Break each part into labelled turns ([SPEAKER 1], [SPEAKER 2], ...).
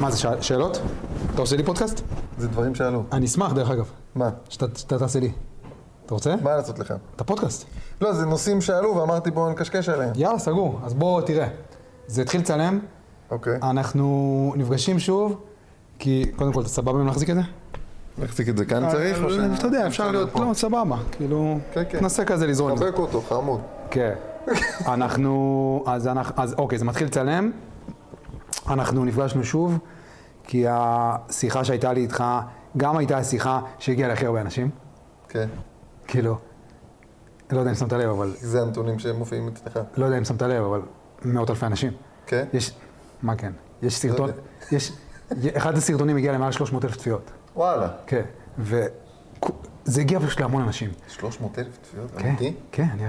[SPEAKER 1] מה זה, שאל- שאלות? אתה עושה לי פודקאסט?
[SPEAKER 2] זה דברים שעלו.
[SPEAKER 1] אני אשמח, דרך אגב,
[SPEAKER 2] מה?
[SPEAKER 1] שאתה שאתה תעשה לי. אתה רוצה?
[SPEAKER 2] מה לעשות לך?
[SPEAKER 1] אתה פודקאסט.
[SPEAKER 2] לא, זה נושאים שעלו ואמרתי בואו נקשקש עליהם.
[SPEAKER 1] יאללה, סגור. אז בוא, תראה. זה התחיל לצלם,
[SPEAKER 2] אוקיי.
[SPEAKER 1] אנחנו נפגשים שוב, כי קודם כל, אתה סבבה אם להחזיק את זה?
[SPEAKER 2] נחזיק את זה כאן צריך? או ש-
[SPEAKER 1] אתה יודע, אפשר להיות, לא, סבבה. כאילו,
[SPEAKER 2] כן, כן.
[SPEAKER 1] תנסה כזה לזרום עם זה.
[SPEAKER 2] חבק אותו, חמוד.
[SPEAKER 1] כן. אנחנו, אז אנחנו, אז אוקיי, זה מתחיל לצלם. אנחנו נפגשנו שוב, כי השיחה שהייתה לי איתך, גם הייתה השיחה שהגיעה להכי הרבה אנשים.
[SPEAKER 2] כן.
[SPEAKER 1] כאילו, לא יודע אם שמת לב, אבל,
[SPEAKER 2] זה הנתונים שמופיעים אצלך.
[SPEAKER 1] לא יודע אם שמת לב, אבל מאות אלפי אנשים.
[SPEAKER 2] כן?
[SPEAKER 1] יש, מה כן? יש סרטון,
[SPEAKER 2] לא יודע.
[SPEAKER 1] יש, אחד הסרטונים הגיע למעל 300 אלף צפיות.
[SPEAKER 2] וואלה.
[SPEAKER 1] כן. וזה הגיע פשוט להמון אנשים.
[SPEAKER 2] 300 אלף צפיות?
[SPEAKER 1] כן,
[SPEAKER 2] אמיתי?
[SPEAKER 1] כן, אני-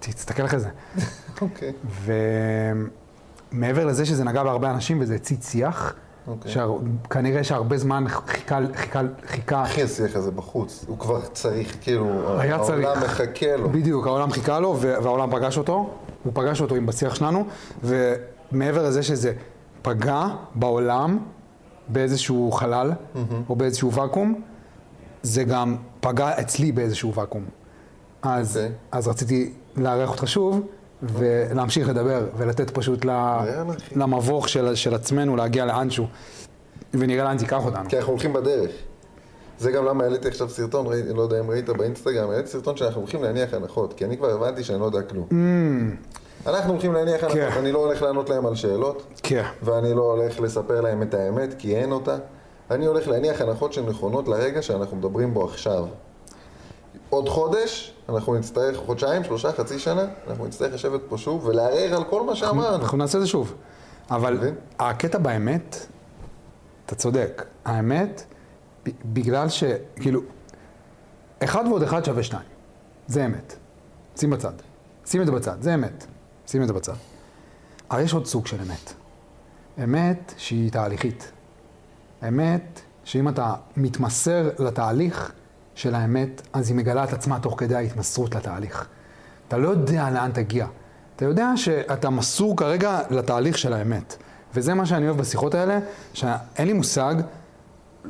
[SPEAKER 1] תסתכל אחרי זה.
[SPEAKER 2] אוקיי.
[SPEAKER 1] ומעבר לזה שזה נגע בהרבה אנשים וזה הצית שיח,
[SPEAKER 2] אוקיי.
[SPEAKER 1] שכנראה שהרבה זמן חיכה, חיכה, חיכה,
[SPEAKER 2] אחי, השיח הזה בחוץ. הוא כבר צריך, כאילו,
[SPEAKER 1] היה צריך.
[SPEAKER 2] העולם מחכה לו.
[SPEAKER 1] בדיוק, העולם חיכה לו ו- והעולם פגש אותו, הוא פגש אותו עם בשיח שלנו, ומעבר לזה שזה פגע בעולם באיזשהו חלל או באיזשהו ואקום, זה גם פגע אצלי באיזשהו ואקום. אז,
[SPEAKER 2] אוקיי.
[SPEAKER 1] אז רציתי לארח אותך שוב, ולהמשיך לדבר, ולתת פשוט ל...
[SPEAKER 2] יאללה, אחי.
[SPEAKER 1] למבוך של, של עצמנו להגיע לאנשהו, ונראה לאן תיקח אותנו.
[SPEAKER 2] כי אנחנו הולכים בדרך. זה גם למה העליתי עכשיו סרטון, ראיתי, לא יודע אם ראית באינסטגרם, העליתי סרטון שאנחנו הולכים להניח הנחות, כי אני כבר הבנתי שאני לא יודע כלום. Mm. אנחנו הולכים להניח הנחות,
[SPEAKER 1] כן.
[SPEAKER 2] אני לא הולך לענות להם על שאלות,
[SPEAKER 1] כן.
[SPEAKER 2] ואני לא הולך לספר להם את האמת, כי אין אותה. אני הולך להניח הנחות שהן נכונות לרגע שאנחנו מדברים בו עכשיו. עוד חודש, אנחנו נצטרך, חודשיים, שלושה, חצי שנה, אנחנו נצטרך לשבת פה שוב ולערער על כל מה שאמרנו.
[SPEAKER 1] לא, אנחנו נעשה את זה שוב. אבל
[SPEAKER 2] מבין?
[SPEAKER 1] הקטע באמת, אתה צודק, האמת, ב- בגלל ש... כאילו, אחד ועוד אחד שווה שניים. זה אמת. שים בצד. שים את זה בצד, זה אמת. שים את זה בצד. אבל יש עוד סוג של אמת. אמת שהיא תהליכית. אמת שאם אתה מתמסר לתהליך של האמת, אז היא מגלה את עצמה תוך כדי ההתמסרות לתהליך. אתה לא יודע לאן תגיע. אתה יודע שאתה מסור כרגע לתהליך של האמת. וזה מה שאני אוהב בשיחות האלה, שאין לי מושג,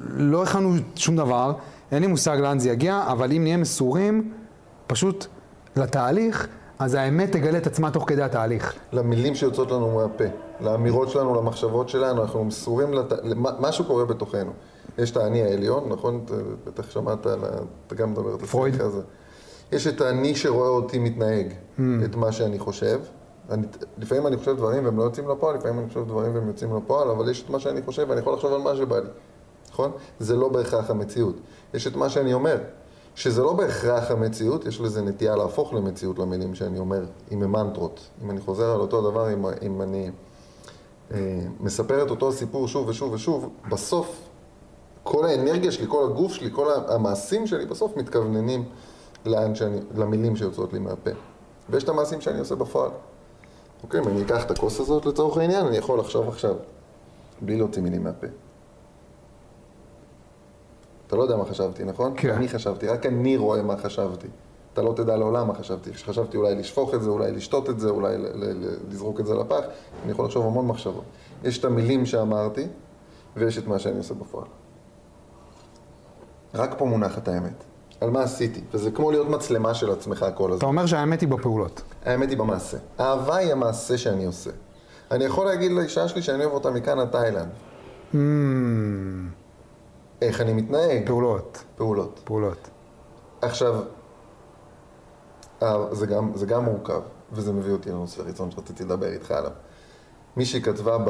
[SPEAKER 1] לא הכנו שום דבר, אין לי מושג לאן זה יגיע, אבל אם נהיה מסורים פשוט לתהליך, אז האמת תגלה את עצמה תוך כדי התהליך.
[SPEAKER 2] למילים שיוצאות לנו מהפה, לאמירות שלנו, למחשבות שלנו, אנחנו מסורים לת... למה משהו קורה בתוכנו. יש את האני העליון, נכון? אתה בטח שמעת על ה... אתה גם מדבר את
[SPEAKER 1] פרויד.
[SPEAKER 2] השיח הזה. יש את האני שרואה אותי מתנהג, את מה שאני חושב. אני, לפעמים אני חושב דברים והם לא יוצאים לפועל, לפעמים אני חושב דברים והם יוצאים לפועל, אבל יש את מה שאני חושב ואני יכול לחשוב על מה שבא לי, נכון? זה לא בהכרח המציאות. יש את מה שאני אומר, שזה לא בהכרח המציאות, יש לזה נטייה להפוך למציאות למילים שאני אומר, עם המנטרות. אם אני חוזר על אותו דבר, אם, אם אני אה, מספר את אותו הסיפור שוב ושוב ושוב, בסוף כל האנרגיה שלי, כל הגוף שלי, כל המעשים שלי בסוף מתכווננים לאן שאני, למילים שיוצאות לי מהפה. ויש את המעשים שאני עושה בפועל. אוקיי, אם אני אקח את הכוס הזאת לצורך העניין, אני יכול לחשוב עכשיו, בלי להוציא מילים מהפה. אתה לא יודע מה חשבתי, נכון?
[SPEAKER 1] כן.
[SPEAKER 2] אני חשבתי, רק אני רואה מה חשבתי. אתה לא תדע לעולם מה חשבתי. חשבתי אולי לשפוך את זה, אולי לשתות את זה, אולי ל- ל- ל- לזרוק את זה לפח. אני יכול לחשוב המון מחשבות. יש את המילים שאמרתי, ויש את מה שאני עושה בפועל. רק פה מונחת האמת. על מה עשיתי, וזה כמו להיות מצלמה של עצמך כל
[SPEAKER 1] אתה
[SPEAKER 2] הזמן.
[SPEAKER 1] אומר שהאמת היא בפעולות.
[SPEAKER 2] האמת היא במעשה. אהבה היא המעשה שאני עושה. אני יכול להגיד לאישה שלי שאני אוהב אותה מכאן עד תאילנד. איך אני מתנהג?
[SPEAKER 1] פעולות,
[SPEAKER 2] פעולות.
[SPEAKER 1] פעולות.
[SPEAKER 2] עכשיו, אה, זה גם, זה גם מורכב, וזה מביא אותי לנושא הראשון שרציתי לדבר איתך עליו. מישהי כתבה ב,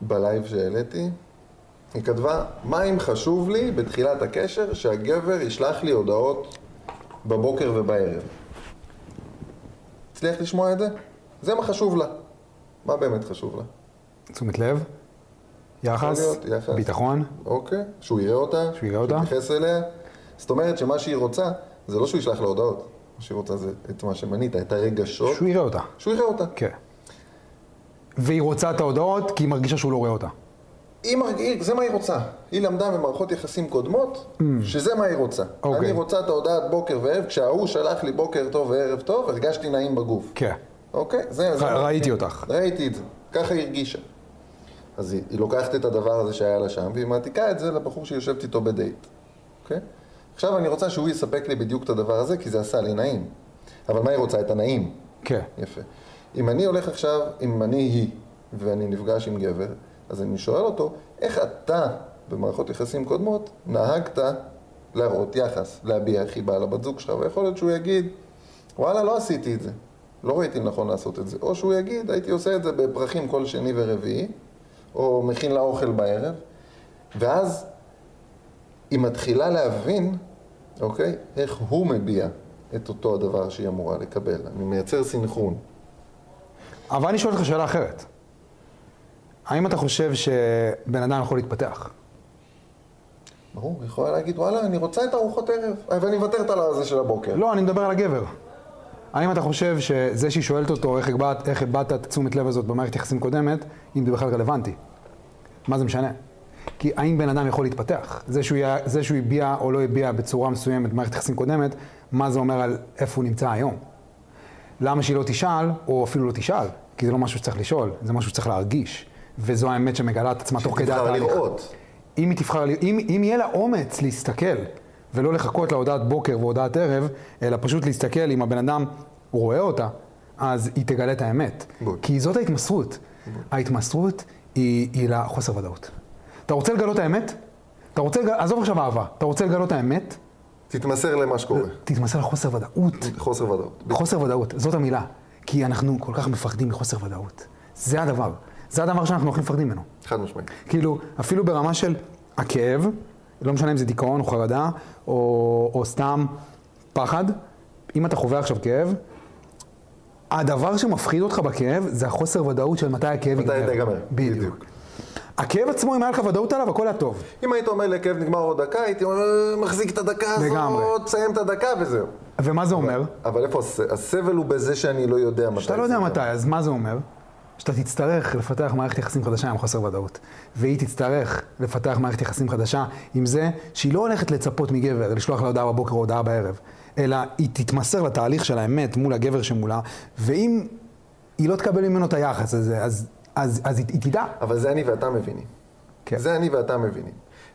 [SPEAKER 2] בלייב שהעליתי, היא כתבה, מה אם חשוב לי בתחילת הקשר שהגבר ישלח לי הודעות בבוקר ובערב. הצליח לשמוע את זה? זה מה חשוב לה. מה באמת חשוב לה?
[SPEAKER 1] תשומת לב, יחס,
[SPEAKER 2] יכול להיות, יחס.
[SPEAKER 1] ביטחון,
[SPEAKER 2] אוקיי, שהוא יראה אותה,
[SPEAKER 1] שהוא יראה אותה.
[SPEAKER 2] יתייחס אליה. זאת אומרת שמה שהיא רוצה, זה לא שהוא ישלח לה הודעות. מה שהיא רוצה זה את מה שמנית, את הרגשות,
[SPEAKER 1] שהוא יראה אותה.
[SPEAKER 2] שהוא יראה אותה.
[SPEAKER 1] כן. והיא רוצה את ההודעות כי היא מרגישה שהוא לא רואה אותה.
[SPEAKER 2] היא מרג- היא- זה מה היא רוצה. היא למדה במערכות יחסים קודמות, שזה מה היא רוצה.
[SPEAKER 1] Mm. אוקיי.
[SPEAKER 2] אני רוצה את ההודעת בוקר וערב, כשההוא שלח לי בוקר טוב וערב טוב, הרגשתי נעים בגוף.
[SPEAKER 1] כן.
[SPEAKER 2] אוקיי? זה...
[SPEAKER 1] ר-
[SPEAKER 2] זה-
[SPEAKER 1] ראיתי אותך.
[SPEAKER 2] ראיתי את זה, ככה היא הרגישה. אז היא, היא לוקחת את הדבר הזה שהיה לה שם, והיא מעתיקה את זה לבחור שהיא יושבת איתו בדייט, אוקיי? עכשיו אני רוצה שהוא יספק לי בדיוק את הדבר הזה, כי זה עשה לי נעים. אבל מה היא רוצה? את הנעים.
[SPEAKER 1] כן.
[SPEAKER 2] יפה. אם אני הולך עכשיו, אם אני היא, ואני נפגש עם גבר, אז אני שואל אותו, איך אתה, במערכות יחסים קודמות, נהגת להראות יחס, להביע חיבה לבת זוג שלך, ויכול להיות שהוא יגיד, וואלה, לא עשיתי את זה, לא ראיתי נכון לעשות את זה, או שהוא יגיד, הייתי עושה את זה בפרחים כל שני ורביעי, או מכין לה אוכל בערב, ואז היא מתחילה להבין, אוקיי, איך הוא מביע את אותו הדבר שהיא אמורה לקבל. אני מייצר סינכרון.
[SPEAKER 1] אבל אני שואל אותך שאלה אחרת. האם אתה חושב שבן אדם יכול להתפתח?
[SPEAKER 2] ברור, היא יכולה להגיד, וואלה, אני רוצה את ארוחות ערב, אה, ואני מוותרת על הזה של הבוקר.
[SPEAKER 1] לא, אני מדבר על הגבר. האם אתה חושב שזה שהיא שואלת אותו איך הבעת, איך הבעת את תשומת לב הזאת במערכת יחסים קודמת, אם זה בכלל רלוונטי? מה זה משנה? כי האם בן אדם יכול להתפתח? זה שהוא, היה, זה שהוא הביע או לא הביע בצורה מסוימת במערכת יחסים קודמת, מה זה אומר על איפה הוא נמצא היום? למה שהיא לא תשאל, או אפילו לא תשאל? כי זה לא משהו שצריך לשאול, זה משהו שצריך להרגיש. וזו האמת שמגלה את עצמה תוך כדי
[SPEAKER 2] תבחר
[SPEAKER 1] התהליך.
[SPEAKER 2] לראות.
[SPEAKER 1] אם היא תבחר, אם, אם יהיה לה אומץ להסתכל, ולא לחכות להודעת בוקר והודעת ערב, אלא פשוט להסתכל אם הבן אדם רואה אותה, אז היא תגלה את האמת.
[SPEAKER 2] בול.
[SPEAKER 1] כי זאת ההתמסרות. ההתמסרות היא, היא לחוסר ודאות. אתה רוצה לגלות האמת? אתה רוצה, לג- עזוב עכשיו אהבה, אתה רוצה לגלות האמת?
[SPEAKER 2] תתמסר למה שקורה.
[SPEAKER 1] תתמסר לחוסר ודאות.
[SPEAKER 2] חוסר ודאות.
[SPEAKER 1] חוסר ודאות, זאת המילה. כי אנחנו כל כך מפחדים מחוסר ודאות. זה הדבר. זה הדבר שאנחנו הכי מפחדים ממנו.
[SPEAKER 2] חד משמעית.
[SPEAKER 1] כאילו, אפילו ברמה של הכאב, לא משנה אם זה דיכאון או חרדה, או, או סתם פחד, אם אתה חווה עכשיו כאב, הדבר שמפחיד אותך בכאב זה החוסר ודאות של מתי הכאב
[SPEAKER 2] מתי אתה ייגמר.
[SPEAKER 1] בדיוק. הכאב עצמו, אם היה לך ודאות עליו, הכל היה טוב.
[SPEAKER 2] אם היית אומר לי, הכאב נגמר עוד דקה, הייתי אומר, "אה, מחזיק את הדקה
[SPEAKER 1] לגמרי.
[SPEAKER 2] הזאת, תסיים את הדקה וזהו.
[SPEAKER 1] ומה זה אומר?
[SPEAKER 2] אבל איפה הס- הסבל הוא בזה שאני לא יודע מתי.
[SPEAKER 1] שאתה לא
[SPEAKER 2] זה
[SPEAKER 1] יודע
[SPEAKER 2] ייגמר.
[SPEAKER 1] מתי, אז מה זה אומר? שאתה תצטרך לפתח מערכת יחסים חדשה עם חוסר ודאות. והיא תצטרך לפתח מערכת יחסים חדשה עם זה שהיא לא הולכת לצפות מגבר לשלוח לה הודעה בבוקר או הודעה בערב, אלא היא תתמסר לתהליך של האמת מול הגבר שמולה, ואם היא לא תקבל ממנו את היחס הזה, אז, אז, אז היא, היא תדע.
[SPEAKER 2] אבל זה אני ואתה מבינים.
[SPEAKER 1] כן.
[SPEAKER 2] זה אני ואתה מבינים.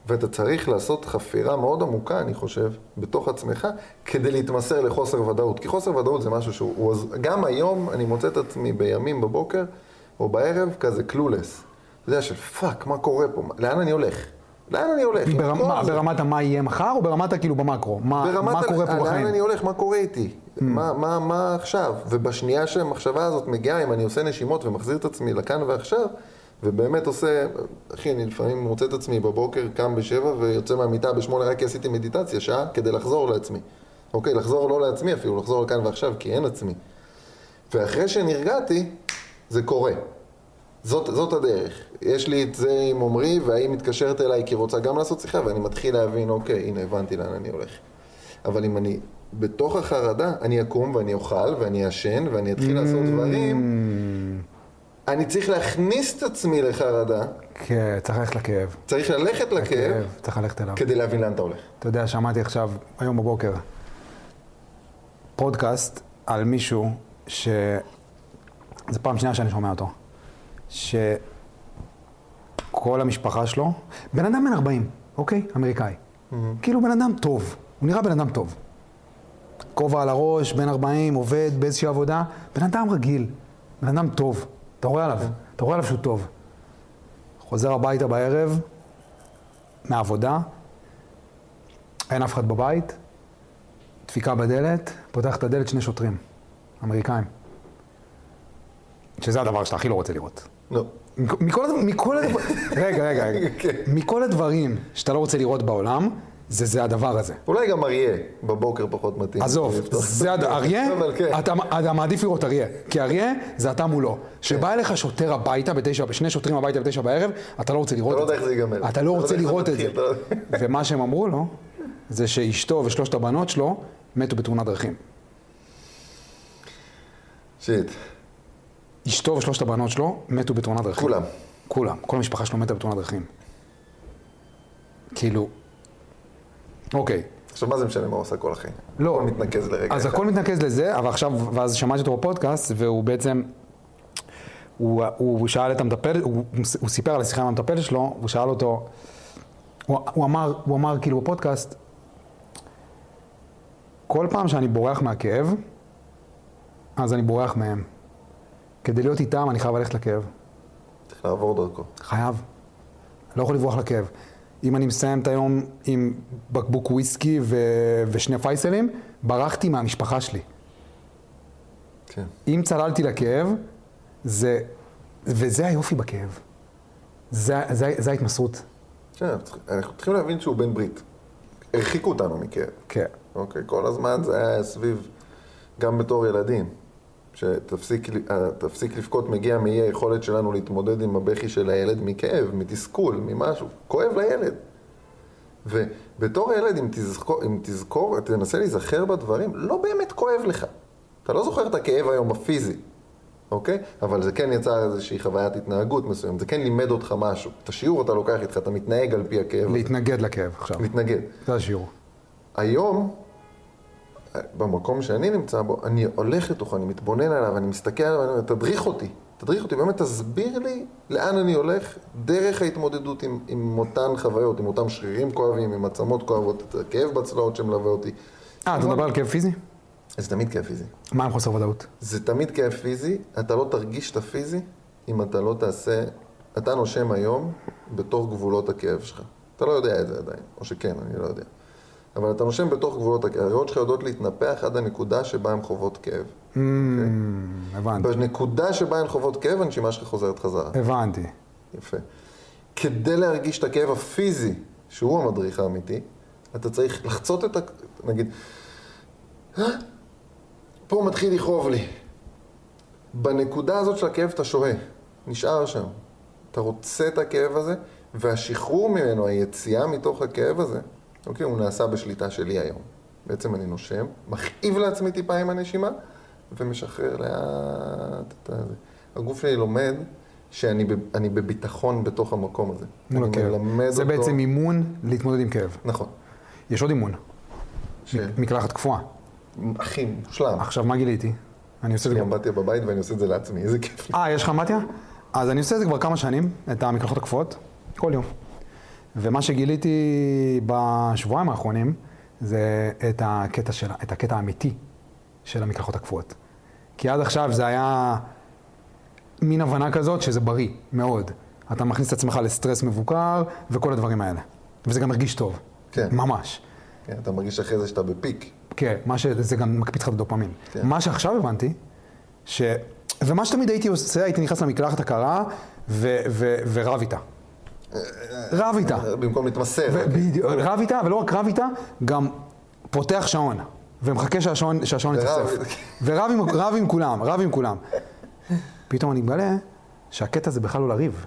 [SPEAKER 2] ואתה צריך לעשות חפירה מאוד עמוקה, אני חושב, בתוך עצמך, כדי להתמסר לחוסר ודאות. כי חוסר ודאות זה משהו שהוא... הוא, עוז- גם היום אני מוצא את עצמי בימים בבוקר, או בערב, כזה קלולס. אתה יודע של פאק, מה קורה פה? מה- לאן אני הולך? לאן אני הולך? עם
[SPEAKER 1] ברמ,
[SPEAKER 2] כל
[SPEAKER 1] מה,
[SPEAKER 2] זה?
[SPEAKER 1] ברמת המה יהיה מחר, או ברמת הכאילו במקרו? מה,
[SPEAKER 2] ברמת
[SPEAKER 1] מה
[SPEAKER 2] ה-
[SPEAKER 1] קורה פה
[SPEAKER 2] לאן
[SPEAKER 1] בחיים? Hmm.
[SPEAKER 2] אני הולך, מה קורה איתי, מה, מה, מה עכשיו, ובשנייה שהמחשבה הזאת מגיעה, אם אני עושה נשימות ומחזיר את עצמי לכאן ועכשיו, ובאמת עושה, אחי, אני לפעמים מוצא את עצמי בבוקר, קם בשבע ויוצא מהמיטה בשמונה, רק כי עשיתי מדיטציה שעה, כדי לחזור לעצמי. אוקיי, לחזור לא לעצמי אפילו, לחזור לכאן ועכשיו, כי אין עצמי. ואחרי שנרגעתי, זה קורה. זאת, זאת הדרך. יש לי את זה עם עמרי, והיא מתקשרת אליי כי רוצה גם לעשות שיחה, ואני מתחיל להבין, אוקיי, הנה, הבנתי לאן אני הולך. אבל אם אני בתוך החרדה, אני אקום ואני אוכל ואני אשן ואני אתחיל לעשות
[SPEAKER 1] Mm.
[SPEAKER 2] דברים, אני צריך להכניס את עצמי לחרדה,
[SPEAKER 1] כן, צריך ללכת לכאב.
[SPEAKER 2] צריך ללכת לכאב,
[SPEAKER 1] כאב, צריך ללכת אליו.
[SPEAKER 2] כדי להבין לאן אתה הולך.
[SPEAKER 1] אתה יודע, שמעתי עכשיו, היום בבוקר, פודקאסט על מישהו ש... זו פעם שנייה שאני שומע אותו. שכל המשפחה שלו, בן אדם בן 40, אוקיי? אמריקאי. כאילו בן אדם טוב, הוא נראה בן אדם טוב. כובע על הראש, בן 40, עובד באיזושהי עבודה, בן אדם רגיל, בן אדם טוב, אתה רואה עליו, אתה רואה עליו שהוא טוב. חוזר הביתה בערב, מהעבודה, אין אף אחד בבית, דפיקה בדלת, פותח את הדלת שני שוטרים, אמריקאים. שזה הדבר שאתה הכי לא רוצה לראות.
[SPEAKER 2] לא.
[SPEAKER 1] מכ- מכל, הד- מכל הדברים, רגע, רגע, רגע,
[SPEAKER 2] כן.
[SPEAKER 1] מכל הדברים שאתה לא רוצה לראות בעולם, זה זה הדבר הזה.
[SPEAKER 2] אולי גם אריה, בבוקר פחות מתאים.
[SPEAKER 1] עזוב,
[SPEAKER 2] לפתוח.
[SPEAKER 1] זה הד- אריה,
[SPEAKER 2] כן. אבל כן.
[SPEAKER 1] אתה, אתה מעדיף לראות אריה, כי אריה זה אתה מולו.
[SPEAKER 2] כן.
[SPEAKER 1] כשבא אליך שוטר הביתה בתשע, שני שוטרים הביתה בתשע בערב, אתה לא רוצה לראות
[SPEAKER 2] אתה
[SPEAKER 1] את
[SPEAKER 2] לא
[SPEAKER 1] זה.
[SPEAKER 2] יודע איך זה ייגמר.
[SPEAKER 1] אתה לא רוצה
[SPEAKER 2] יודע איך
[SPEAKER 1] לראות את זה.
[SPEAKER 2] מתחיל, אתה לא-
[SPEAKER 1] ומה שהם אמרו לו, זה שאשתו ושלושת הבנות שלו מתו בתאונת דרכים.
[SPEAKER 2] שיט.
[SPEAKER 1] אשתו ושלושת הבנות שלו מתו בתאונת דרכים.
[SPEAKER 2] כולם.
[SPEAKER 1] כולם. כל המשפחה שלו מתה בתאונת דרכים. כאילו... אוקיי.
[SPEAKER 2] עכשיו, מה זה משנה מה הוא עושה כל החיים?
[SPEAKER 1] לא.
[SPEAKER 2] הכל מתנקז לרגע
[SPEAKER 1] אז
[SPEAKER 2] אחד.
[SPEAKER 1] הכל מתנקז לזה, אבל עכשיו, ואז שמעתי אותו בפודקאסט, והוא בעצם, הוא, הוא, הוא שאל את המטפל, הוא, הוא סיפר על השיחה עם המטפל שלו, הוא שאל אותו, הוא, הוא, אמר, הוא אמר כאילו בפודקאסט, כל פעם שאני בורח מהכאב, אז אני בורח מהם. כדי להיות איתם אני חייב ללכת לכאב.
[SPEAKER 2] צריך לעבור דרכו.
[SPEAKER 1] חייב. לא יכול לברוח לכאב. אם אני מסיים את היום עם בקבוק וויסקי ו... ושני פייסלים, ברחתי מהמשפחה שלי.
[SPEAKER 2] כן.
[SPEAKER 1] אם צללתי לכאב, זה... וזה היופי בכאב. זה, זה, זה ההתמסרות.
[SPEAKER 2] כן, אבל צריך- אנחנו צריכים להבין שהוא בן ברית. הרחיקו אותנו מכאב.
[SPEAKER 1] כן.
[SPEAKER 2] אוקיי, כל הזמן זה היה סביב, גם בתור ילדים, שתפסיק ל- אה, תפסיק לבכות מגיע מאי היכולת שלנו להתמודד עם הבכי של הילד מכאב, מתסכול, ממשהו, כואב לילד. ובתור ילד, אם תזכור, אם תזכור, תנסה להיזכר בדברים, לא באמת כואב לך. אתה לא זוכר את הכאב היום הפיזי, אוקיי? אבל זה כן יצר איזושהי חוויית התנהגות מסוימת, זה כן לימד אותך משהו. את השיעור אתה לוקח איתך, אתה מתנהג על פי הכאב, הזה.
[SPEAKER 1] להתנגד לכאב עכשיו.
[SPEAKER 2] מתנגד.
[SPEAKER 1] זה השיעור.
[SPEAKER 2] היום, במקום שאני נמצא בו, אני הולך לתוכו, אני מתבונן עליו, אני מסתכל עליו, אני אומר, תדריך אותי, תדריך אותי, באמת תסביר לי לאן אני הולך דרך ההתמודדות עם, עם אותן חוויות, עם אותם שרירים כואבים, עם עצמות כואבות, את הכאב בצלעות שמלווה אותי.
[SPEAKER 1] אה, אתה מדבר על כאב פיזי? כן.
[SPEAKER 2] זה תמיד כאב פיזי.
[SPEAKER 1] מה עם חוסר ודאות?
[SPEAKER 2] זה תמיד כאב פיזי, אתה לא תרגיש את הפיזי אם אתה לא תעשה, אתה נושם היום בתוך גבולות הכאב שלך. אתה לא יודע את זה עדיין, או שכן, אני לא יודע. אבל אתה נושם בתוך גבולות הכאב, הריאות שלך יודעות להתנפח עד הנקודה שבה הן חוות כאב.
[SPEAKER 1] אמ, הבנתי.
[SPEAKER 2] בנקודה שבה הן חוות כאב, הנשימה שלך חוזרת חזרה.
[SPEAKER 1] הבנתי.
[SPEAKER 2] יפה. כדי להרגיש את הכאב הפיזי, שהוא המדריך האמיתי, אתה צריך לחצות את ה... נגיד, "אה, פה מתחיל לכאוב לי. בנקודה הזאת של הכאב אתה שוהה, נשאר שם. אתה רוצה את הכאב הזה, והשחרור ממנו, היציאה מתוך הכאב הזה, אוקיי, הוא נעשה בשליטה שלי היום. בעצם אני נושם, מכאיב לעצמי טיפה עם הנשימה, ומשחרר לאט את הזה. הגוף שלי לומד שאני ב- אני בביטחון בתוך המקום הזה.
[SPEAKER 1] מול
[SPEAKER 2] אני
[SPEAKER 1] הכאב.
[SPEAKER 2] מלמד
[SPEAKER 1] אוקיי. זה
[SPEAKER 2] אותו-
[SPEAKER 1] בעצם אימון להתמודד עם כאב.
[SPEAKER 2] נכון.
[SPEAKER 1] יש עוד אימון,
[SPEAKER 2] ש...
[SPEAKER 1] מקלחת קפואה.
[SPEAKER 2] הכי מושלם.
[SPEAKER 1] עכשיו, מה גיליתי? אני עושה את זה
[SPEAKER 2] אני
[SPEAKER 1] גם...
[SPEAKER 2] עמדתי בבית ואני עושה את זה לעצמי, איזה כיף לי.
[SPEAKER 1] אה, יש לך מתיה? אז אני עושה את זה כבר כמה שנים, את המקלחות הקפואות, כל יום. ומה שגיליתי בשבועיים האחרונים, זה את הקטע, של, את הקטע האמיתי של המקלחות הקפואות. כי עד עכשיו זה היה מין הבנה כזאת שזה בריא, מאוד. אתה מכניס את עצמך לסטרס מבוקר וכל הדברים האלה. וזה גם מרגיש טוב.
[SPEAKER 2] כן.
[SPEAKER 1] ממש.
[SPEAKER 2] כן, אתה מרגיש אחרי זה שאתה בפיק.
[SPEAKER 1] כן, מה ש... זה גם מקפיץ לך את הדופמין.
[SPEAKER 2] כן.
[SPEAKER 1] כן. מה שעכשיו הבנתי, ש... ומה שתמיד הייתי עושה, הייתי נכנס למקלחת הקרה ו... ו... ורב איתה. רב איתה.
[SPEAKER 2] במקום להתמסר.
[SPEAKER 1] אה. ו- בדיוק, רב איתה, ולא רק רב איתה, גם פותח שעון, ומחכה שהשעון, שהשעון
[SPEAKER 2] ורב.
[SPEAKER 1] יתאסף. ורב עם, רב עם כולם, רב עם כולם. פתאום אני מגלה שהקטע זה בכלל לא לריב,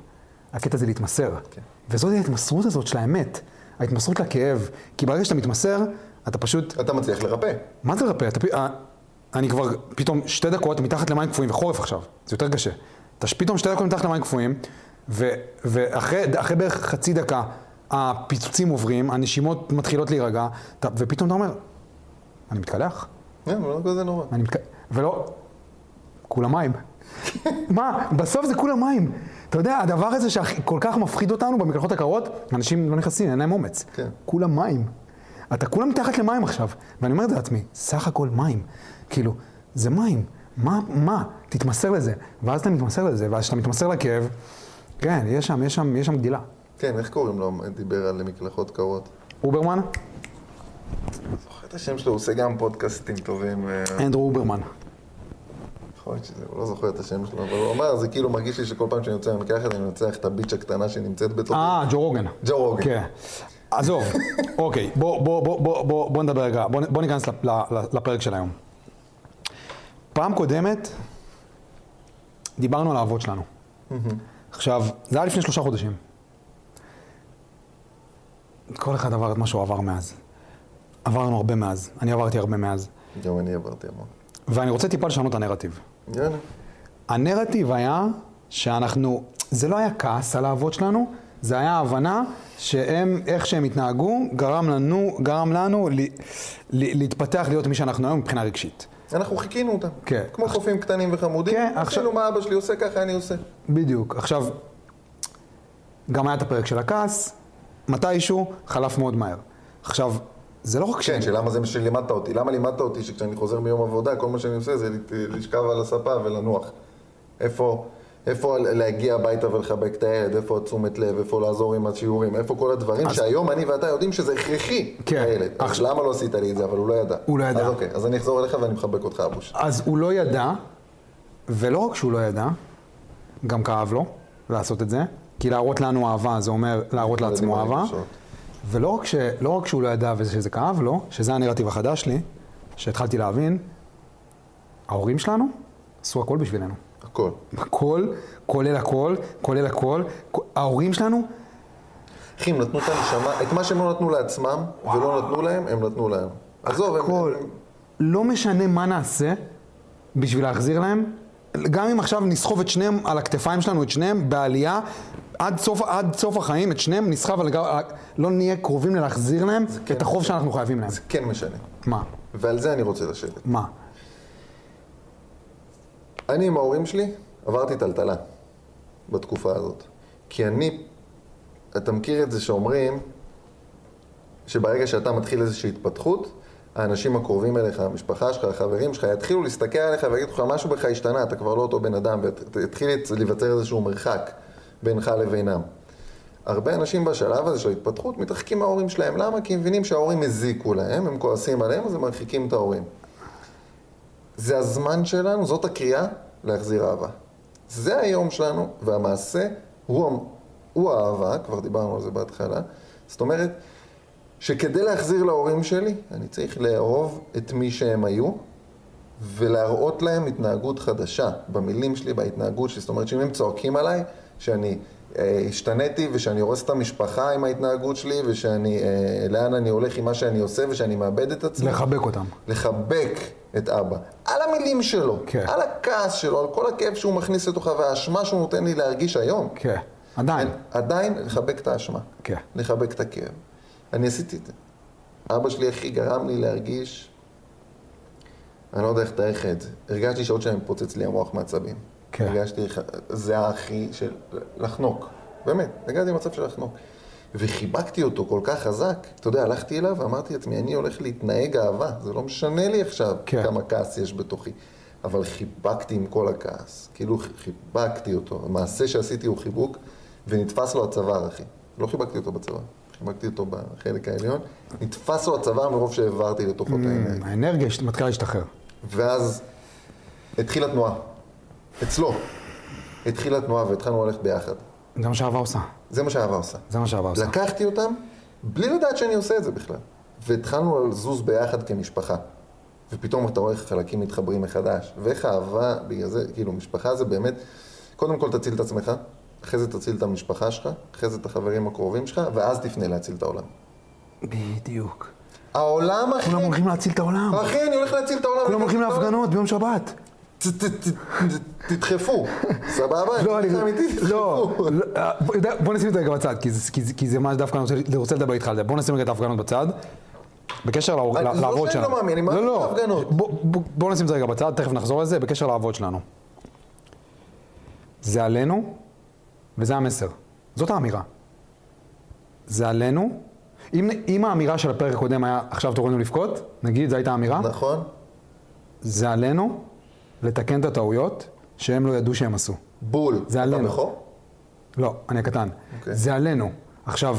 [SPEAKER 1] הקטע זה להתמסר. וזאת ההתמסרות הזאת של האמת, ההתמסרות לכאב. כי ברגע שאתה מתמסר, אתה פשוט
[SPEAKER 2] אתה מצליח לרפא.
[SPEAKER 1] מה זה לרפא? אתה פ... אה, אני כבר פתאום שתי דקות מתחת למים קפואים, וחורף עכשיו, זה יותר קשה. אתה ש- פתאום שתי דקות מתחת למים קפואים, ו... ואחרי אחרי בערך חצי דקה הפיצוצים עוברים, הנשימות מתחילות להירגע, אתה... ופתאום אתה אומר, אני מתקלח?
[SPEAKER 2] כן, אבל לא כזה נורא.
[SPEAKER 1] אני מתק... ולא, כולה מים. מה, בסוף זה כולה מים. אתה יודע, הדבר הזה שכל כך מפחיד אותנו במקלחות הקרות, אנשים לא נכנסים, אין להם אומץ.
[SPEAKER 2] כן.
[SPEAKER 1] כולה מים. אתה כולה מתחת למים עכשיו. ואני אומר את זה לעצמי, סך הכל מים. כאילו, זה מים. מה, מה? תתמסר לזה. ואז אתה מתמסר לזה, ואז כשאתה מתמסר לכאב, כן, יש שם, יש שם, יש שם גדילה.
[SPEAKER 2] כן, איך קוראים לו? דיבר על מקלחות קרות.
[SPEAKER 1] אוברמן?
[SPEAKER 2] זוכר את השם שלו, הוא עושה גם פודקאסטים טובים. אה,
[SPEAKER 1] אנדרו אוברמן.
[SPEAKER 2] יכול להיות שזה, הוא לא זוכר את השם שלו, אבל הוא אמר, זה כאילו מרגיש לי שכל פעם שאני יוצא מהמקלחת, אני מנצח את הביץ' הקטנה שנמצאת בתוכי.
[SPEAKER 1] אה, ג'ו רוגן.
[SPEAKER 2] ג'ו רוגן.
[SPEAKER 1] כן. עזוב, אוקיי, בוא, בוא, בוא, בוא, בוא, בוא נדבר רגע, בוא, נ- בוא ניכנס לפ- ל- לפרק של היום. פעם קודמת דיברנו על האבות שלנו. עכשיו, זה היה לפני שלושה חודשים. כל אחד עבר את מה שהוא עבר מאז. עברנו הרבה מאז, אני עברתי הרבה מאז.
[SPEAKER 2] גם אני עברתי המון.
[SPEAKER 1] ואני רוצה טיפה לשנות את הנרטיב.
[SPEAKER 2] יאללה.
[SPEAKER 1] הנרטיב היה שאנחנו, זה לא היה כעס על האבות שלנו, זה היה הבנה שהם, איך שהם התנהגו, גרם לנו, גרם לנו ל, ל, להתפתח להיות מי שאנחנו היום מבחינה רגשית.
[SPEAKER 2] אנחנו חיכינו אותם.
[SPEAKER 1] כן.
[SPEAKER 2] כמו חופים קטנים וחמודים,
[SPEAKER 1] כן,
[SPEAKER 2] עשינו
[SPEAKER 1] עכשיו-
[SPEAKER 2] מה אבא שלי עושה, ככה אני עושה.
[SPEAKER 1] בדיוק. עכשיו, גם היה את הפרק של הכעס, מתישהו, חלף מאוד מהר. עכשיו, זה לא רק
[SPEAKER 2] כן,
[SPEAKER 1] שאני...
[SPEAKER 2] שלמה זה מה שלימדת אותי. למה לימדת אותי שכשאני חוזר מיום עבודה, כל מה שאני עושה זה לת- לשכב על הספה ולנוח. איפה, איפה להגיע הביתה ולחבק את הילד, איפה התשומת לב, איפה לעזור עם השיעורים, איפה כל הדברים
[SPEAKER 1] אז-
[SPEAKER 2] שהיום אני ואתה יודעים שזה הכרחי
[SPEAKER 1] כן.
[SPEAKER 2] לילד. אז
[SPEAKER 1] אך-
[SPEAKER 2] למה לא עשית לי את זה, אבל הוא לא ידע.
[SPEAKER 1] הוא לא ידע.
[SPEAKER 2] אז אוקיי, אז אני אחזור אליך ואני מחבק אותך, אבוש.
[SPEAKER 1] אז הוא לא ידע, ולא רק שהוא לא ידע, גם כאב לו לעשות את זה, כי להראות לנו אהבה זה אומר להראות לעצמו
[SPEAKER 2] ילדים
[SPEAKER 1] אהבה,
[SPEAKER 2] הרגשות.
[SPEAKER 1] ולא רק, ש, לא רק שהוא לא ידע ושזה כאב לו, שזה הנרטיב החדש שלי, שהתחלתי להבין, ההורים שלנו עשו הכל בשבילנו.
[SPEAKER 2] הכל.
[SPEAKER 1] הכל, כולל הכל, כולל הכל, כ- ההורים שלנו,
[SPEAKER 2] אחי, הם נתנו את הנשמה, את מה שהם לא נתנו לעצמם, ולא נתנו להם, הם נתנו להם. עזוב, הם...
[SPEAKER 1] הכל, לא משנה מה נעשה בשביל להחזיר להם, גם אם עכשיו נסחוב את שניהם על הכתפיים שלנו, את שניהם בעלייה, עד סוף, עד סוף החיים, את שניהם נסחב על הגב, לא נהיה קרובים ללהחזיר להם
[SPEAKER 2] כן.
[SPEAKER 1] את החוב שאנחנו חייבים להם.
[SPEAKER 2] זה כן משנה.
[SPEAKER 1] מה?
[SPEAKER 2] ועל זה אני רוצה לשבת.
[SPEAKER 1] מה?
[SPEAKER 2] אני עם ההורים שלי עברתי טלטלה בתקופה הזאת. כי אני, אתה מכיר את זה שאומרים שברגע שאתה מתחיל איזושהי התפתחות, האנשים הקרובים אליך, המשפחה שלך, החברים שלך, יתחילו להסתכל עליך ויגידו לך, משהו בך השתנה, אתה כבר לא אותו בן אדם, ויתחיל להיווצר איזשהו מרחק בינך לבינם. הרבה אנשים בשלב הזה של ההתפתחות מתרחקים מההורים שלהם. למה? כי הם מבינים שההורים הזיקו להם, הם כועסים עליהם, אז הם מרחיקים את ההורים. זה הזמן שלנו, זאת הקריאה להחזיר אהבה. זה היום שלנו, והמעשה הוא, המ- הוא האהבה, כבר דיברנו על זה בהתחלה. זאת אומרת, שכדי להחזיר להורים שלי, אני צריך לאהוב את מי שהם היו, ולהראות להם התנהגות חדשה, במילים שלי, בהתנהגות שלי. זאת אומרת, שאם הם צועקים עליי, שאני אה, השתניתי, ושאני הורס את המשפחה עם ההתנהגות שלי, ושאני, אה, לאן אני הולך עם מה שאני עושה, ושאני מאבד את עצמי.
[SPEAKER 1] לחבק אותם.
[SPEAKER 2] לחבק את אבא, על המילים שלו,
[SPEAKER 1] כן.
[SPEAKER 2] על הכעס שלו, על כל הכאב שהוא מכניס לתוכה והאשמה שהוא נותן לי להרגיש היום.
[SPEAKER 1] כן. עדיין.
[SPEAKER 2] עדיין לחבק את האשמה,
[SPEAKER 1] כן.
[SPEAKER 2] לחבק את הכאב. אני עשיתי את זה. אבא שלי הכי גרם לי להרגיש, אני לא יודע איך לתאר את זה, הרגשתי שעוד שנייה מתפוצץ לי המוח מעצבים.
[SPEAKER 1] כן.
[SPEAKER 2] הרגשתי, זה הכי של לחנוק, באמת, הגעתי למצב של לחנוק. וחיבקתי אותו כל כך חזק, אתה יודע, הלכתי אליו ואמרתי לעצמי, אני הולך להתנהג אהבה, זה לא משנה לי עכשיו
[SPEAKER 1] כן.
[SPEAKER 2] כמה כעס יש בתוכי. אבל חיבקתי עם כל הכעס, כאילו ח- חיבקתי אותו, המעשה שעשיתי הוא חיבוק, ונתפס לו הצוואר, אחי. לא חיבקתי אותו בצוואר, חיבקתי אותו בחלק העליון, נתפס לו הצוואר מרוב שהעברתי לתוכו את העיניים.
[SPEAKER 1] כן. האנרגיה שאת- מתחילה להשתחרר.
[SPEAKER 2] ואז התחילה תנועה, אצלו, התחילה תנועה והתחלנו ללכת ביחד.
[SPEAKER 1] זה מה שאהבה עושה.
[SPEAKER 2] זה מה שהאהבה עושה.
[SPEAKER 1] זה מה שאהבה עושה.
[SPEAKER 2] לקחתי אותם, בלי לדעת שאני עושה את זה בכלל. והתחלנו לזוז ביחד כמשפחה. ופתאום אתה רואה איך חלקים מתחברים מחדש. ואיך אהבה, בגלל זה, כאילו, משפחה זה באמת, קודם כל תציל את עצמך, אחרי זה תציל את המשפחה שלך, אחרי זה את החברים הקרובים שלך, ואז תפנה להציל את העולם.
[SPEAKER 1] בדיוק.
[SPEAKER 2] העולם, אחי,
[SPEAKER 1] כולם הולכים להציל את העולם.
[SPEAKER 2] אחי, אני הולך להציל את העולם.
[SPEAKER 1] כולם הולכים
[SPEAKER 2] אני הולך להציל את העולם.
[SPEAKER 1] להפגנות ביום שבת.
[SPEAKER 2] ת- ת- ת- ת- תדחפו, סבבה?
[SPEAKER 1] לא, אני...
[SPEAKER 2] זה אמיתי,
[SPEAKER 1] לא,
[SPEAKER 2] תדחפו.
[SPEAKER 1] לא, אה, בוא- יודע- בוא נשים את זה רגע בצד, כי זה- כי זה- כי זה מה שדווקא אני רוצה- רוצה לדבר איתך על זה. בוא נשים רגע את ההפגנות בצד. בקשר לעבוד
[SPEAKER 2] אני-
[SPEAKER 1] שלנו.
[SPEAKER 2] זה לא שאני לא מאמין, אני מאמין
[SPEAKER 1] לא, לא.
[SPEAKER 2] בהפגנות.
[SPEAKER 1] בוא- בוא- בוא נשים את זה רגע בצד, תכף נחזור לזה, בקשר לעבוד שלנו. זה עלינו, וזה המסר. זאת האמירה. זה עלינו. אם, אם האמירה של הפרק הקודם היה עכשיו תורנו לבכות, נגיד, זו הייתה האמירה,
[SPEAKER 2] נכון?
[SPEAKER 1] זה עלינו לתקן את הטעויות שהם לא ידעו שהם עשו.
[SPEAKER 2] בול.
[SPEAKER 1] זה
[SPEAKER 2] אתה
[SPEAKER 1] עלינו.
[SPEAKER 2] בכור?
[SPEAKER 1] לא, אני הקטן. Okay.
[SPEAKER 2] אוקיי.
[SPEAKER 1] זה עלינו. עכשיו,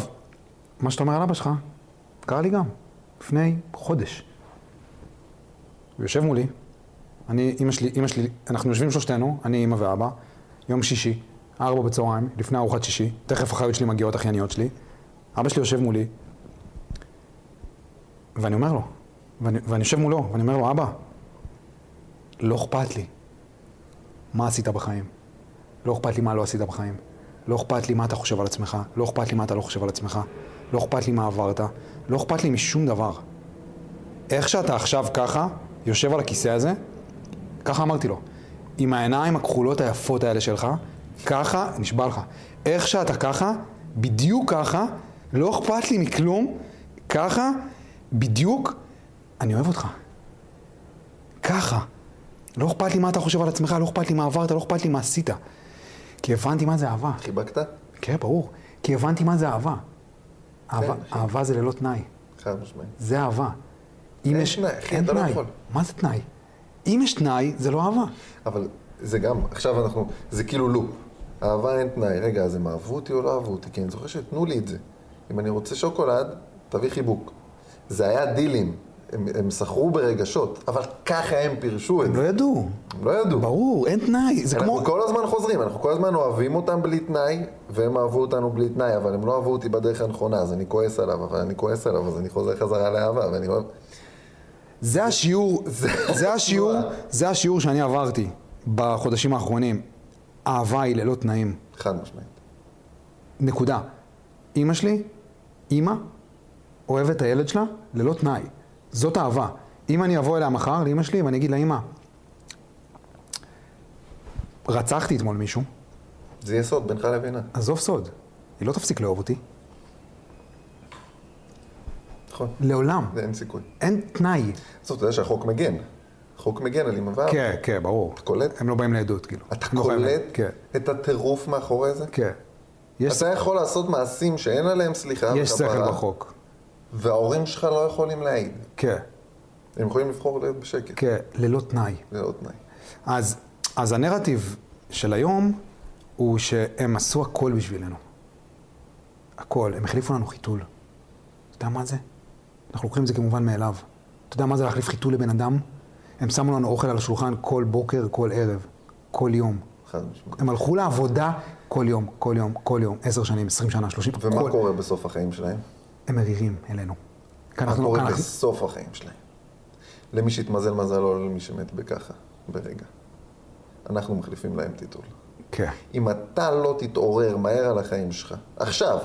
[SPEAKER 1] מה שאתה אומר על אבא שלך, קרה לי גם, לפני חודש. הוא יושב מולי, אני, אימא שלי, אימא שלי, אנחנו יושבים שלושתנו, אני, אימא ואבא, יום שישי, ארבע בצהריים, לפני ארוחת שישי, תכף אחיות שלי מגיעות, אחייניות שלי, אבא שלי יושב מולי, ואני אומר לו, ואני, ואני יושב מולו, ואני אומר לו, אבא, לא אכפת לי מה עשית בחיים. לא אכפת לי מה לא עשית בחיים. לא אכפת לי מה אתה חושב על עצמך. לא אכפת לי מה אתה לא חושב על עצמך. לא אכפת לי מה עברת. לא אכפת לי משום דבר. איך שאתה עכשיו ככה, יושב על הכיסא הזה, ככה אמרתי לו. עם העיניים הכחולות היפות האלה שלך, ככה, נשבע לך. איך שאתה ככה, בדיוק ככה, לא אכפת לי מכלום, ככה, בדיוק, אני אוהב אותך. ככה. לא אכפת לי מה אתה חושב על עצמך, לא אכפת לי מה עברת, לא אכפת לי מה עשית. כי הבנתי מה זה אהבה.
[SPEAKER 2] חיבקת?
[SPEAKER 1] כן, ברור. כי הבנתי מה זה אהבה. אהבה,
[SPEAKER 2] נכון.
[SPEAKER 1] אהבה זה ללא תנאי.
[SPEAKER 2] חד משמעית.
[SPEAKER 1] זה אהבה. אם
[SPEAKER 2] אין
[SPEAKER 1] יש...
[SPEAKER 2] תנאי, אחי,
[SPEAKER 1] אין
[SPEAKER 2] אתה לא
[SPEAKER 1] תנאי.
[SPEAKER 2] יכול.
[SPEAKER 1] מה זה תנאי? אם יש תנאי, זה לא אהבה.
[SPEAKER 2] אבל זה גם, עכשיו אנחנו, זה כאילו לופ. אהבה אין תנאי. רגע, אז הם אהבו אותי או לא אהבו אותי? כי אני זוכר שנתנו לי את זה. אם אני רוצה שוקולד, תביא חיבוק. זה היה דילים. הם, הם סחרו ברגשות, אבל ככה הם פירשו את
[SPEAKER 1] הם
[SPEAKER 2] זה.
[SPEAKER 1] לא ידעו.
[SPEAKER 2] הם לא ידעו.
[SPEAKER 1] ברור, אין תנאי. זה
[SPEAKER 2] אנחנו
[SPEAKER 1] כמו...
[SPEAKER 2] כל הזמן חוזרים, אנחנו כל הזמן אוהבים אותם בלי תנאי, והם אהבו אותנו בלי תנאי, אבל הם לא אהבו אותי בדרך הנכונה, אז אני כועס עליו, אבל אני כועס עליו, אז אני חוזר חזרה לאהבה, ואני אוהב...
[SPEAKER 1] זה השיעור, זה השיעור, זה השיעור שאני עברתי בחודשים האחרונים. אהבה היא ללא תנאים.
[SPEAKER 2] חד משמעית.
[SPEAKER 1] נקודה. אימא שלי, אימא, אוהבת את הילד שלה ללא תנאי. זאת אהבה. אם אני אבוא אליה מחר, לאימא שלי, ואני אגיד לה, אימא, רצחתי אתמול מישהו,
[SPEAKER 2] זה יהיה סוד בינך לבינה,
[SPEAKER 1] עזוב סוד, היא לא תפסיק לאהוב אותי.
[SPEAKER 2] נכון.
[SPEAKER 1] לעולם.
[SPEAKER 2] זה אין סיכוי.
[SPEAKER 1] אין תנאי.
[SPEAKER 2] בסוף, אתה יודע שהחוק מגן. החוק מגן על עם עבר.
[SPEAKER 1] כן, כן, ברור.
[SPEAKER 2] אתה קולט?
[SPEAKER 1] הם לא באים לעדות, כאילו.
[SPEAKER 2] אתה
[SPEAKER 1] הם לא חייבים.
[SPEAKER 2] קולט
[SPEAKER 1] כן,
[SPEAKER 2] את הטירוף מאחורי זה?
[SPEAKER 1] כן. יש,
[SPEAKER 2] אתה יכול לעשות מעשים שאין עליהם סליחה
[SPEAKER 1] יש
[SPEAKER 2] וכפרה,
[SPEAKER 1] שכל בחוק.
[SPEAKER 2] וההורים שלך לא יכולים להעיד.
[SPEAKER 1] כן,
[SPEAKER 2] הם יכולים לבחור להיות בשקט.
[SPEAKER 1] כן, ללא תנאי.
[SPEAKER 2] זה עוד תנאי.
[SPEAKER 1] אז, אז הנרטיב של היום הוא שהם עשו הכל בשבילנו. הכל. הם החליפו לנו חיתול. אתה יודע מה זה? אנחנו לוקחים את זה כמובן מאליו. אתה יודע מה זה להחליף חיתול לבן אדם? הם שמו לנו אוכל על השולחן כל בוקר, כל ערב, כל יום.
[SPEAKER 2] חד משמעית.
[SPEAKER 1] הם הלכו לעבודה כל יום, כל יום, כל יום, עשר שנים, עשרים שנה, שלושים.
[SPEAKER 2] ומה
[SPEAKER 1] כל...
[SPEAKER 2] קורה בסוף החיים שלהם?
[SPEAKER 1] הם מרירים אלינו. כי
[SPEAKER 2] מה
[SPEAKER 1] אנחנו לא
[SPEAKER 2] קורה
[SPEAKER 1] כאן...
[SPEAKER 2] בסוף החיים שלהם? למי שהתמזל מזלו, לא למי שמת בככה, ברגע. אנחנו מחליפים להם טיטול.
[SPEAKER 1] כן.
[SPEAKER 2] אם אתה לא תתעורר מהר על החיים שלך, עכשיו,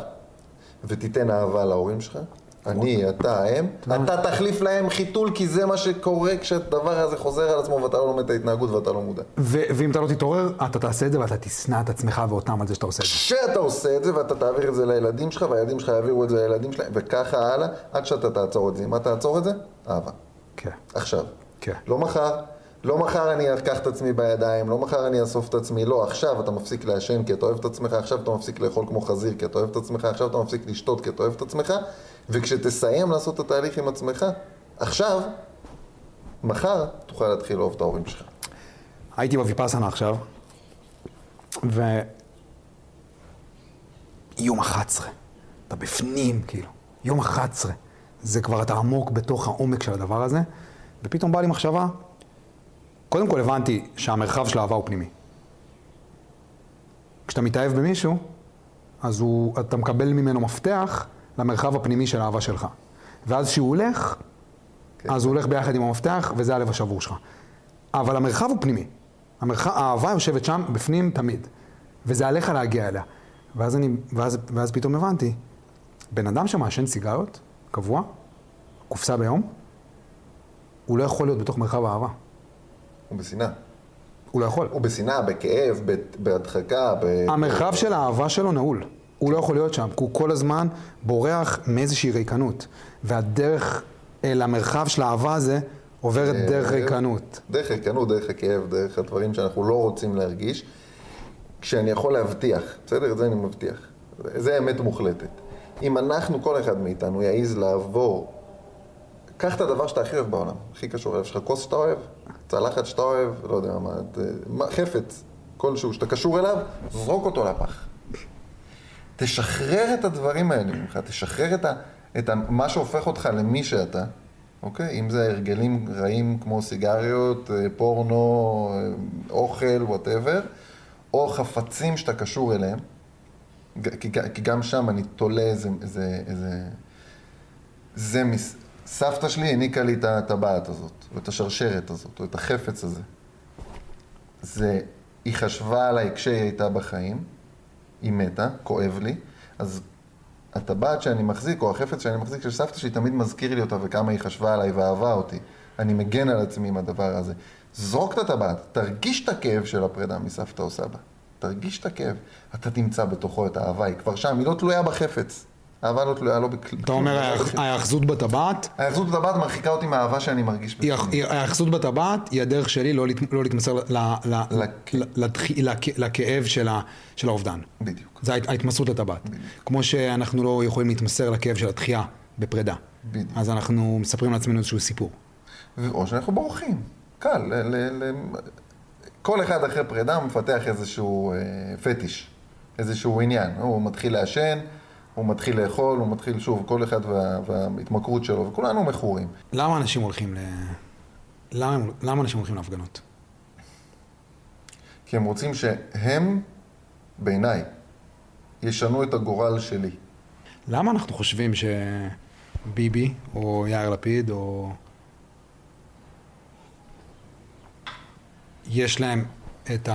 [SPEAKER 2] ותיתן אהבה להורים שלך, אני, אתה, הם, אתה תחליף להם חיתול, כי זה מה שקורה כשהדבר הזה חוזר על עצמו ואתה לא לומד את ההתנהגות ואתה לא מודע.
[SPEAKER 1] ו- ואם אתה לא תתעורר, אתה תעשה את זה ואתה תשנא את עצמך ואותם על זה שאתה עושה את זה.
[SPEAKER 2] כשאתה עושה את זה ואתה תעביר את זה לילדים שלך, והילדים שלך יעבירו את זה לילדים שלהם, וככה הלאה, עד שאתה תעצור את זה. אם אתה תעצור את זה, אהבה.
[SPEAKER 1] כן.
[SPEAKER 2] עכשיו.
[SPEAKER 1] כן.
[SPEAKER 2] לא מחר. לא מחר אני אקח את עצמי בידיים, לא מחר אני אאסוף את עצמי, לא, עכשיו אתה מפסיק לעשן כי אתה אוהב את עצמך, עכשיו אתה מפסיק לאכול כמו חזיר כי אתה אוהב את עצמך, עכשיו אתה מפסיק לשתות כי אתה אוהב את עצמך, וכשתסיים לעשות את התהליך עם עצמך, עכשיו, מחר, תוכל להתחיל לאהוב את ההורים שלך.
[SPEAKER 1] הייתי בוויפאסנה עכשיו, ו... יום 11, אתה בפנים, כאילו, יום 11. זה כבר, אתה עמוק בתוך העומק של הדבר הזה, ופתאום באה לי מחשבה, קודם כל הבנתי שהמרחב של אהבה הוא פנימי. כשאתה מתאהב במישהו, אז הוא, אתה מקבל ממנו מפתח למרחב הפנימי של האהבה שלך. ואז כשהוא הולך,
[SPEAKER 2] כן.
[SPEAKER 1] אז הוא הולך ביחד עם המפתח, וזה הלב השבור שלך. אבל המרחב הוא פנימי. המרחב, האהבה יושבת שם, בפנים, תמיד. וזה עליך להגיע אליה. ואז, אני, ואז, ואז פתאום הבנתי, בן אדם שמעשן סיגריות, קבוע, קופסה ביום, הוא לא יכול להיות בתוך מרחב האהבה.
[SPEAKER 2] הוא בשנאה.
[SPEAKER 1] הוא לא יכול.
[SPEAKER 2] הוא בשנאה, בכאב, בת- בהדחקה, ב...
[SPEAKER 1] המרחב של האהבה שלו נעול. הוא לא יכול להיות שם, כי הוא כל הזמן בורח מאיזושהי ריקנות. והדרך אל המרחב של האהבה הזה עוברת
[SPEAKER 2] אה,
[SPEAKER 1] דרך ריקנות.
[SPEAKER 2] דרך הרקנות, דרך הכאב, דרך הדברים שאנחנו לא רוצים להרגיש, כשאני יכול להבטיח, בסדר? את זה אני מבטיח. זה אמת מוחלטת. אם אנחנו, כל אחד מאיתנו, יעז לעבור, קח את הדבר שאתה הכי אוהב בעולם, הכי קשור אליו, יש לך כוס שאתה אוהב, צלחת שאתה אוהב, לא יודע מה, את- מה, חפץ כלשהו שאתה קשור אליו, זרוק אותו לפח. תשחרר את הדברים האלה ממך, תשחרר את, ה, את ה, מה שהופך אותך למי שאתה, אוקיי? אם זה הרגלים רעים כמו סיגריות, אה, פורנו, אה, אוכל, וואטאבר, או חפצים שאתה קשור אליהם, ג- כי, ג- כי גם שם אני תולה איזה... איזה, איזה זה מס... סבתא שלי העניקה לי את הטבעת הזאת, או את השרשרת הזאת, או את החפץ הזה. זה, היא חשבה עליי כשהיא הייתה בחיים, היא מתה, כואב לי, אז הטבעת שאני מחזיק, או החפץ שאני מחזיק של סבתא שלי, תמיד מזכיר לי אותה וכמה היא חשבה עליי ואהבה אותי. אני מגן על עצמי עם הדבר הזה. זרוק את הטבעת, תרגיש את הכאב של הפרידה מסבתא או סבא. תרגיש את הכאב. אתה תמצא בתוכו את האהבה, היא כבר שם, היא לא תלויה בחפץ. האהבה לא תלויה לא בכלום.
[SPEAKER 1] אתה אומר, ההיאח- ההיאחזות בטבעת,
[SPEAKER 2] ההיאחזות בטבעת מרחיקה אותי מהאהבה שאני מרגיש
[SPEAKER 1] היא-
[SPEAKER 2] בפנים.
[SPEAKER 1] היא- ההיאחזות בטבעת היא הדרך שלי לא להת- לא להתמסר ל- ל- ל-
[SPEAKER 2] לכ-
[SPEAKER 1] ל- לתח- לכ- לכאב של ה- של האובדן.
[SPEAKER 2] בדיוק,
[SPEAKER 1] זה ההת- ההתמסרות לטבעת. כמו שאנחנו לא יכולים להתמסר לכאב של התחייה בפרידה.
[SPEAKER 2] בדיוק.
[SPEAKER 1] אז אנחנו מספרים לעצמנו איזשהו סיפור.
[SPEAKER 2] ו- או שאנחנו בורחים. קל. ל- ל- ל- כל אחד אחרי פרידה מפתח איזשהו אה, פטיש, איזשהו עניין. הוא מתחיל לעשן, הוא מתחיל לאכול, הוא מתחיל, שוב, כל אחד וה- וההתמכרות שלו, וכולנו מכורים.
[SPEAKER 1] למה אנשים הולכים ל... למה, הם- למה אנשים הולכים להפגנות?
[SPEAKER 2] כי הם רוצים שהם, בעיניי, ישנו את הגורל שלי.
[SPEAKER 1] למה אנחנו חושבים שביבי, או יאיר לפיד, או... יש להם את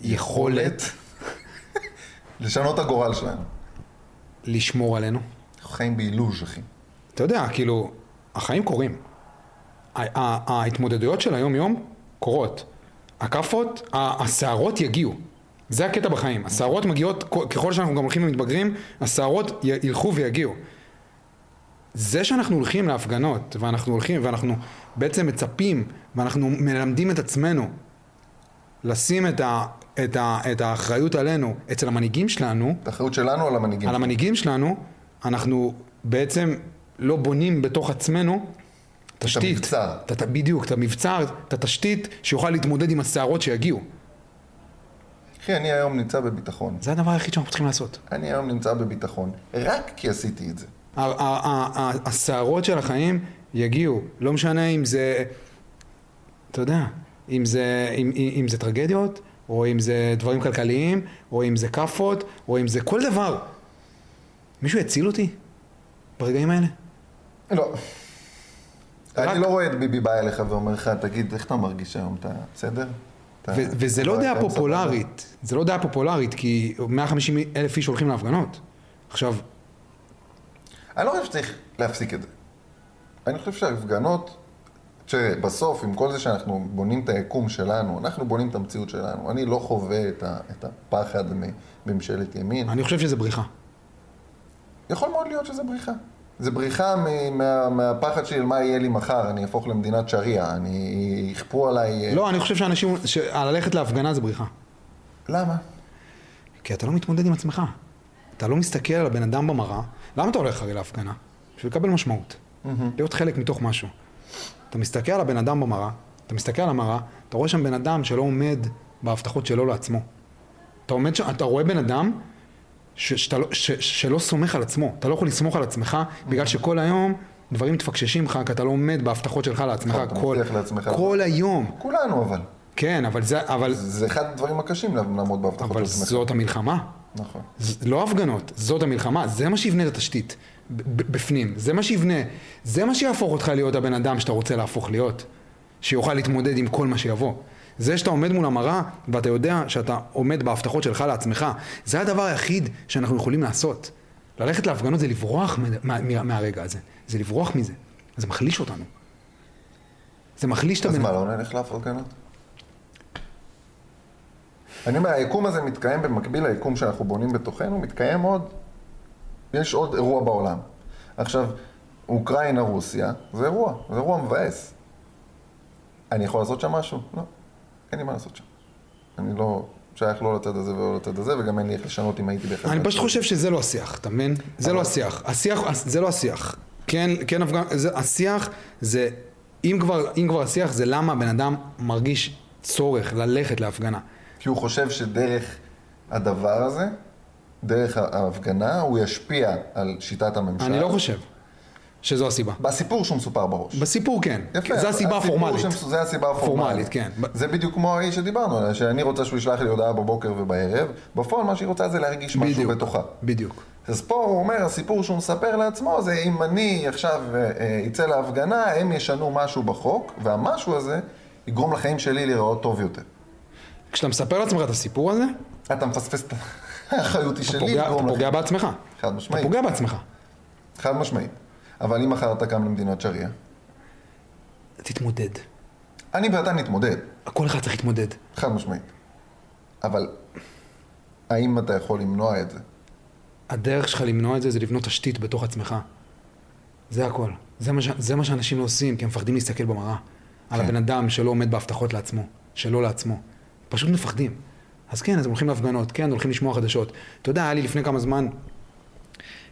[SPEAKER 1] היכולת
[SPEAKER 2] לשנות את הגורל שלנו.
[SPEAKER 1] לשמור עלינו?
[SPEAKER 2] אנחנו חיים באילוז', אחי.
[SPEAKER 1] אתה יודע, כאילו, החיים קורים. ה- ה- ההתמודדויות של היום-יום קורות. הכאפות, ה- הסערות יגיעו. זה הקטע בחיים. הסערות מגיעות, כ- ככל שאנחנו גם הולכים ומתבגרים, הסערות י- ילכו ויגיעו. זה שאנחנו הולכים להפגנות, ואנחנו הולכים, ואנחנו בעצם מצפים, ואנחנו מלמדים את עצמנו לשים את, ה, את, ה, את האחריות עלינו אצל המנהיגים שלנו,
[SPEAKER 2] את האחריות שלנו על המנהיגים.
[SPEAKER 1] על המנהיגים שלנו, אנחנו בעצם לא בונים בתוך עצמנו תשתית.
[SPEAKER 2] המבצר.
[SPEAKER 1] את, ה- בדיוק, את המבצר, את התשתית שיוכל להתמודד עם הסערות שיגיעו.
[SPEAKER 2] אחי, אני היום נמצא בביטחון.
[SPEAKER 1] זה הדבר היחיד שאנחנו צריכים לעשות.
[SPEAKER 2] אני היום נמצא בביטחון. רק כי עשיתי את זה.
[SPEAKER 1] ה- ה- ה- ה- הסערות של החיים יגיעו, לא משנה אם זה, אתה יודע, אם זה, אם, אם אם זה טרגדיות, או אם זה דברים כלכליים, או אם זה כאפות, או אם זה כל דבר. מישהו יציל אותי ברגעים האלה?
[SPEAKER 2] לא.
[SPEAKER 1] רק-
[SPEAKER 2] אני לא רואה את ביבי בא אליך ואומר לך, תגיד, איך אתה מרגיש היום? אתה בסדר? אתה-
[SPEAKER 1] ו- וזה לא
[SPEAKER 2] אתה
[SPEAKER 1] דעה
[SPEAKER 2] סבבה?"
[SPEAKER 1] פופולרית, זה לא דעה פופולרית, כי 150 אלף איש הולכים להפגנות. עכשיו,
[SPEAKER 2] אני לא חושב שצריך להפסיק את זה. אני חושב שההפגנות, שבסוף, עם כל זה שאנחנו בונים את היקום שלנו, אנחנו בונים את המציאות שלנו. אני לא חווה את ה- את הפחד מממשלת ימין.
[SPEAKER 1] אני חושב שזה בריחה.
[SPEAKER 2] יכול מאוד להיות שזה בריחה. זה בריחה מ- מה- מהפחד שלי על מה יהיה לי מחר, אני אהפוך למדינת שריעה, אני... יכפו עליי... אה,
[SPEAKER 1] לא, אני חושב שאנשים, ללכת להפגנה זה בריחה.
[SPEAKER 2] למה?
[SPEAKER 1] כי אתה לא מתמודד עם עצמך. אתה לא מסתכל על הבן אדם במראה. למה אתה הולך הרי להפגנה? בשביל לקבל משמעות. להיות חלק מתוך משהו. אתה מסתכל על הבן אדם במראה, אתה מסתכל על המראה, אתה רואה שם בן אדם שלא עומד בהבטחות שלו לעצמו. אתה עומד שם, אתה רואה בן אדם ש, שאתה, לא- ש, שלא סומך על עצמו. אתה לא יכול לסמוך על עצמך, בגלל
[SPEAKER 2] נכון.
[SPEAKER 1] שכל היום דברים מתפקששים לך, כי אתה לא עומד בהבטחות שלך לעצמך.
[SPEAKER 2] נכון, אתה
[SPEAKER 1] כל,
[SPEAKER 2] מבטיח לעצמך.
[SPEAKER 1] כל היום.
[SPEAKER 2] כולנו אבל.
[SPEAKER 1] כן, אבל זה, אבל,
[SPEAKER 2] זה זה אחד הדברים הקשים לעמוד בהבטחות
[SPEAKER 1] אבל
[SPEAKER 2] של עצמך.
[SPEAKER 1] זאת המלחמה.
[SPEAKER 2] נכון.
[SPEAKER 1] ז- לא הפגנות, זאת המלחמה, זה מה שיבנה את התשתית ב- ב- בפנים, זה מה שיבנה, זה מה שיהפוך אותך להיות הבן אדם שאתה רוצה להפוך להיות, שיוכל להתמודד עם כל מה שיבוא. זה שאתה עומד מול המראה ואתה יודע שאתה עומד בהבטחות שלך לעצמך, זה הדבר היחיד שאנחנו יכולים לעשות. ללכת להפגנות זה לברוח מה, מה, מה, מהרגע הזה, זה לברוח מזה, זה מחליש אותנו. זה מחליש את
[SPEAKER 2] אז
[SPEAKER 1] הבן
[SPEAKER 2] מה, לא נלך להפרגנות? אני אומר, היקום הזה מתקיים במקביל ליקום שאנחנו בונים בתוכנו, מתקיים עוד, יש עוד אירוע בעולם. עכשיו, אוקראינה, רוסיה, זה אירוע, זה אירוע מבאס. אני יכול לעשות שם משהו? לא, אין לי מה לעשות שם. אני לא שייך לא לצד הזה ולא לצד הזה, וגם אין לי איך לשנות אם הייתי באחד...
[SPEAKER 1] אני פשוט
[SPEAKER 2] מהצדדים.
[SPEAKER 1] חושב שזה לא השיח, אתה מבין? זה לא השיח. השיח, זה לא השיח. כן, כן, הפגן- זה- השיח זה, אם כבר, אם כבר השיח, זה למה הבן אדם מרגיש צורך ללכת להפגנה.
[SPEAKER 2] כי הוא חושב שדרך הדבר הזה, דרך ההפגנה, הוא ישפיע על שיטת הממשל.
[SPEAKER 1] אני לא חושב שזו הסיבה.
[SPEAKER 2] בסיפור שהוא מסופר בראש.
[SPEAKER 1] בסיפור כן.
[SPEAKER 2] יפה.
[SPEAKER 1] זו הסיבה
[SPEAKER 2] הסיפור
[SPEAKER 1] הפורמלית.
[SPEAKER 2] שהם- זה הסיבה
[SPEAKER 1] פורמלית,
[SPEAKER 2] הפורמלית.
[SPEAKER 1] כן.
[SPEAKER 2] זה בדיוק כמו האיש שדיברנו עליה, שאני רוצה שהוא ישלח לי הודעה בבוקר ובערב, בפועל מה שהיא רוצה זה להרגיש משהו
[SPEAKER 1] בדיוק.
[SPEAKER 2] בתוכה.
[SPEAKER 1] בדיוק.
[SPEAKER 2] אז פה הוא אומר, הסיפור שהוא מספר לעצמו זה אם אני עכשיו אה, אה, אצא להפגנה, הם ישנו משהו בחוק, והמשהו הזה יגרום לחיים שלי להיראות טוב יותר.
[SPEAKER 1] כשאתה מספר לעצמך את הסיפור הזה,
[SPEAKER 2] אתה מפספס את האחריות היא
[SPEAKER 1] אתה
[SPEAKER 2] שלי,
[SPEAKER 1] פוגע- אתה
[SPEAKER 2] יגרום
[SPEAKER 1] פוגע
[SPEAKER 2] לחיים.
[SPEAKER 1] בעצמך.
[SPEAKER 2] חד
[SPEAKER 1] אתה
[SPEAKER 2] משמעית,
[SPEAKER 1] פוגע בעצמך.
[SPEAKER 2] חד משמעית. אבל אם מחר אתה קם למדינת שריעה,
[SPEAKER 1] תתמודד.
[SPEAKER 2] אני ואתה נתמודד.
[SPEAKER 1] כל אחד צריך להתמודד.
[SPEAKER 2] חד משמעית. אבל האם אתה יכול למנוע את זה?
[SPEAKER 1] הדרך שלך למנוע את זה זה לבנות תשתית בתוך עצמך. זה הכל. זה מה, ש... זה מה שאנשים לא עושים, כי הם מפחדים להסתכל במראה. על
[SPEAKER 3] כן.
[SPEAKER 1] הבן אדם שלא עומד בהבטחות לעצמו, שלא לעצמו. פשוט מפחדים. אז כן, אז הם הולכים להפגנות, כן, הולכים לשמוע חדשות. אתה יודע, היה לי לפני כמה זמן,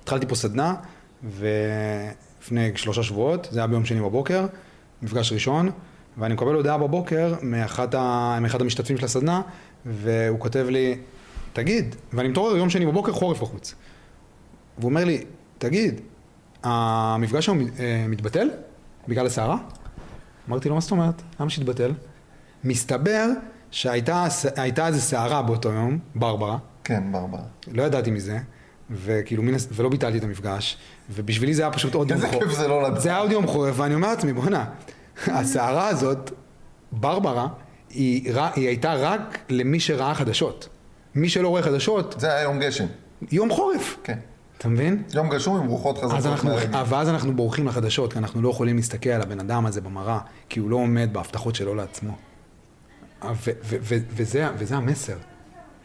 [SPEAKER 1] התחלתי פה סדנה, ולפני שלושה שבועות, זה היה ביום שני בבוקר, מפגש ראשון, ואני מקבל הודעה בבוקר מאחת ה... מאחד המשתתפים של הסדנה, והוא כותב לי, תגיד, ואני מתעורר יום שני בבוקר, חורף בחוץ. והוא אומר לי, תגיד, המפגש היום אה, מתבטל? בגלל הסערה? אמרתי לו, מה זאת אומרת? למה שהתבטל? מסתבר שהייתה הייתה איזו סערה באותו יום, ברברה,
[SPEAKER 2] כן, ברברה.
[SPEAKER 1] לא ידעתי מזה, וכאילו, מן, הס- ולא ביטלתי את המפגש, ובשבילי זה היה פשוט עוד יום
[SPEAKER 2] איזה
[SPEAKER 1] חורף.
[SPEAKER 2] כיף זה לא לדעת.
[SPEAKER 1] זה היה עוד יום חורף, ואני אומר לעצמי, בואנה, הסערה הזאת, ברברה, היא, ר- היא הייתה רק למי שראה חדשות. מי שלא רואה חדשות,
[SPEAKER 2] זה היה יום גשם.
[SPEAKER 1] יום חורף.
[SPEAKER 2] כן.
[SPEAKER 1] אתה מבין?
[SPEAKER 2] יום גשום עם רוחות חזקות.
[SPEAKER 1] אז אנחנו,
[SPEAKER 2] מהרגל.
[SPEAKER 1] אה, ואז אנחנו בורחים לחדשות, כי אנחנו לא יכולים להסתכל על הבן אדם הזה במראה, כי הוא לא עומד בהבטחות שלו לעצמו. אה, ו- ו- ו- וזה, וזה המסר.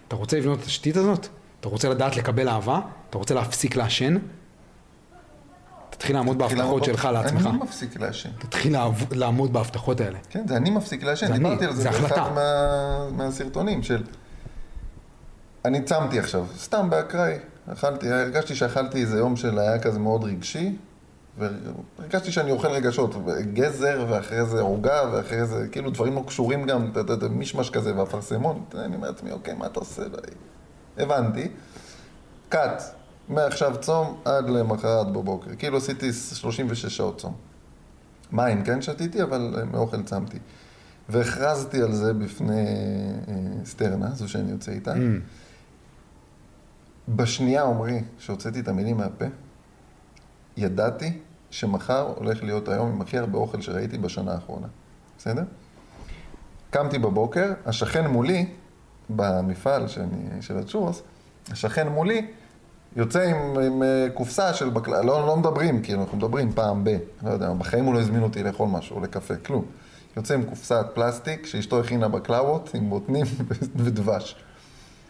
[SPEAKER 1] אתה רוצה לבנות את התשתית הזאת? אתה רוצה לדעת לקבל אהבה? אתה רוצה להפסיק לעשן? תתחיל לעמוד אה, בהבטחות שלך לעצמך.
[SPEAKER 2] אני לא מפסיק לעשן.
[SPEAKER 1] תתחיל לעב- לעמוד בהבטחות האלה.
[SPEAKER 2] כן, זה אני מפסיק לעשן,
[SPEAKER 1] זה אני,
[SPEAKER 2] דיברתי על זה
[SPEAKER 1] זה החלטה.
[SPEAKER 2] באחד מה, מהסרטונים של... אני צמתי עכשיו, סתם באקראי, אכלתי, הרגשתי שאכלתי איזה יום של היה כזה מאוד רגשי, והרגשתי שאני אוכל רגשות, גזר ואחרי זה עוגה ואחרי זה, כאילו דברים לא קשורים גם, אתה יודע, מישמש כזה ואפרסמון, אתה יודע, אני אומר לעצמי, אוקיי, מה אתה עושה? הבנתי, קאט, מעכשיו צום עד למחרת בבוקר, כאילו עשיתי 36 שעות צום. מים כן שתיתי, אבל אה, מאוכל צמתי. והכרזתי על זה בפני אה, סטרנה, זו שאני יוצא איתה.
[SPEAKER 1] Mm.
[SPEAKER 2] בשנייה, עמרי, שהוצאתי את המילים מהפה, ידעתי שמחר הולך להיות היום עם הכי הרבה אוכל שראיתי בשנה האחרונה. בסדר? קמתי בבוקר, השכן מולי, במפעל שאני, של הצ'ורס, השכן מולי יוצא עם, עם אה, קופסה של בקלאה, לא, לא מדברים, כאילו, אנחנו מדברים פעם ב... לא יודע, בחיים הוא לא הזמין אותי לאכול משהו, או לקפה, כלום. יוצא עם קופסת פלסטיק שאשתו הכינה בקלאות עם בוטנים ודבש.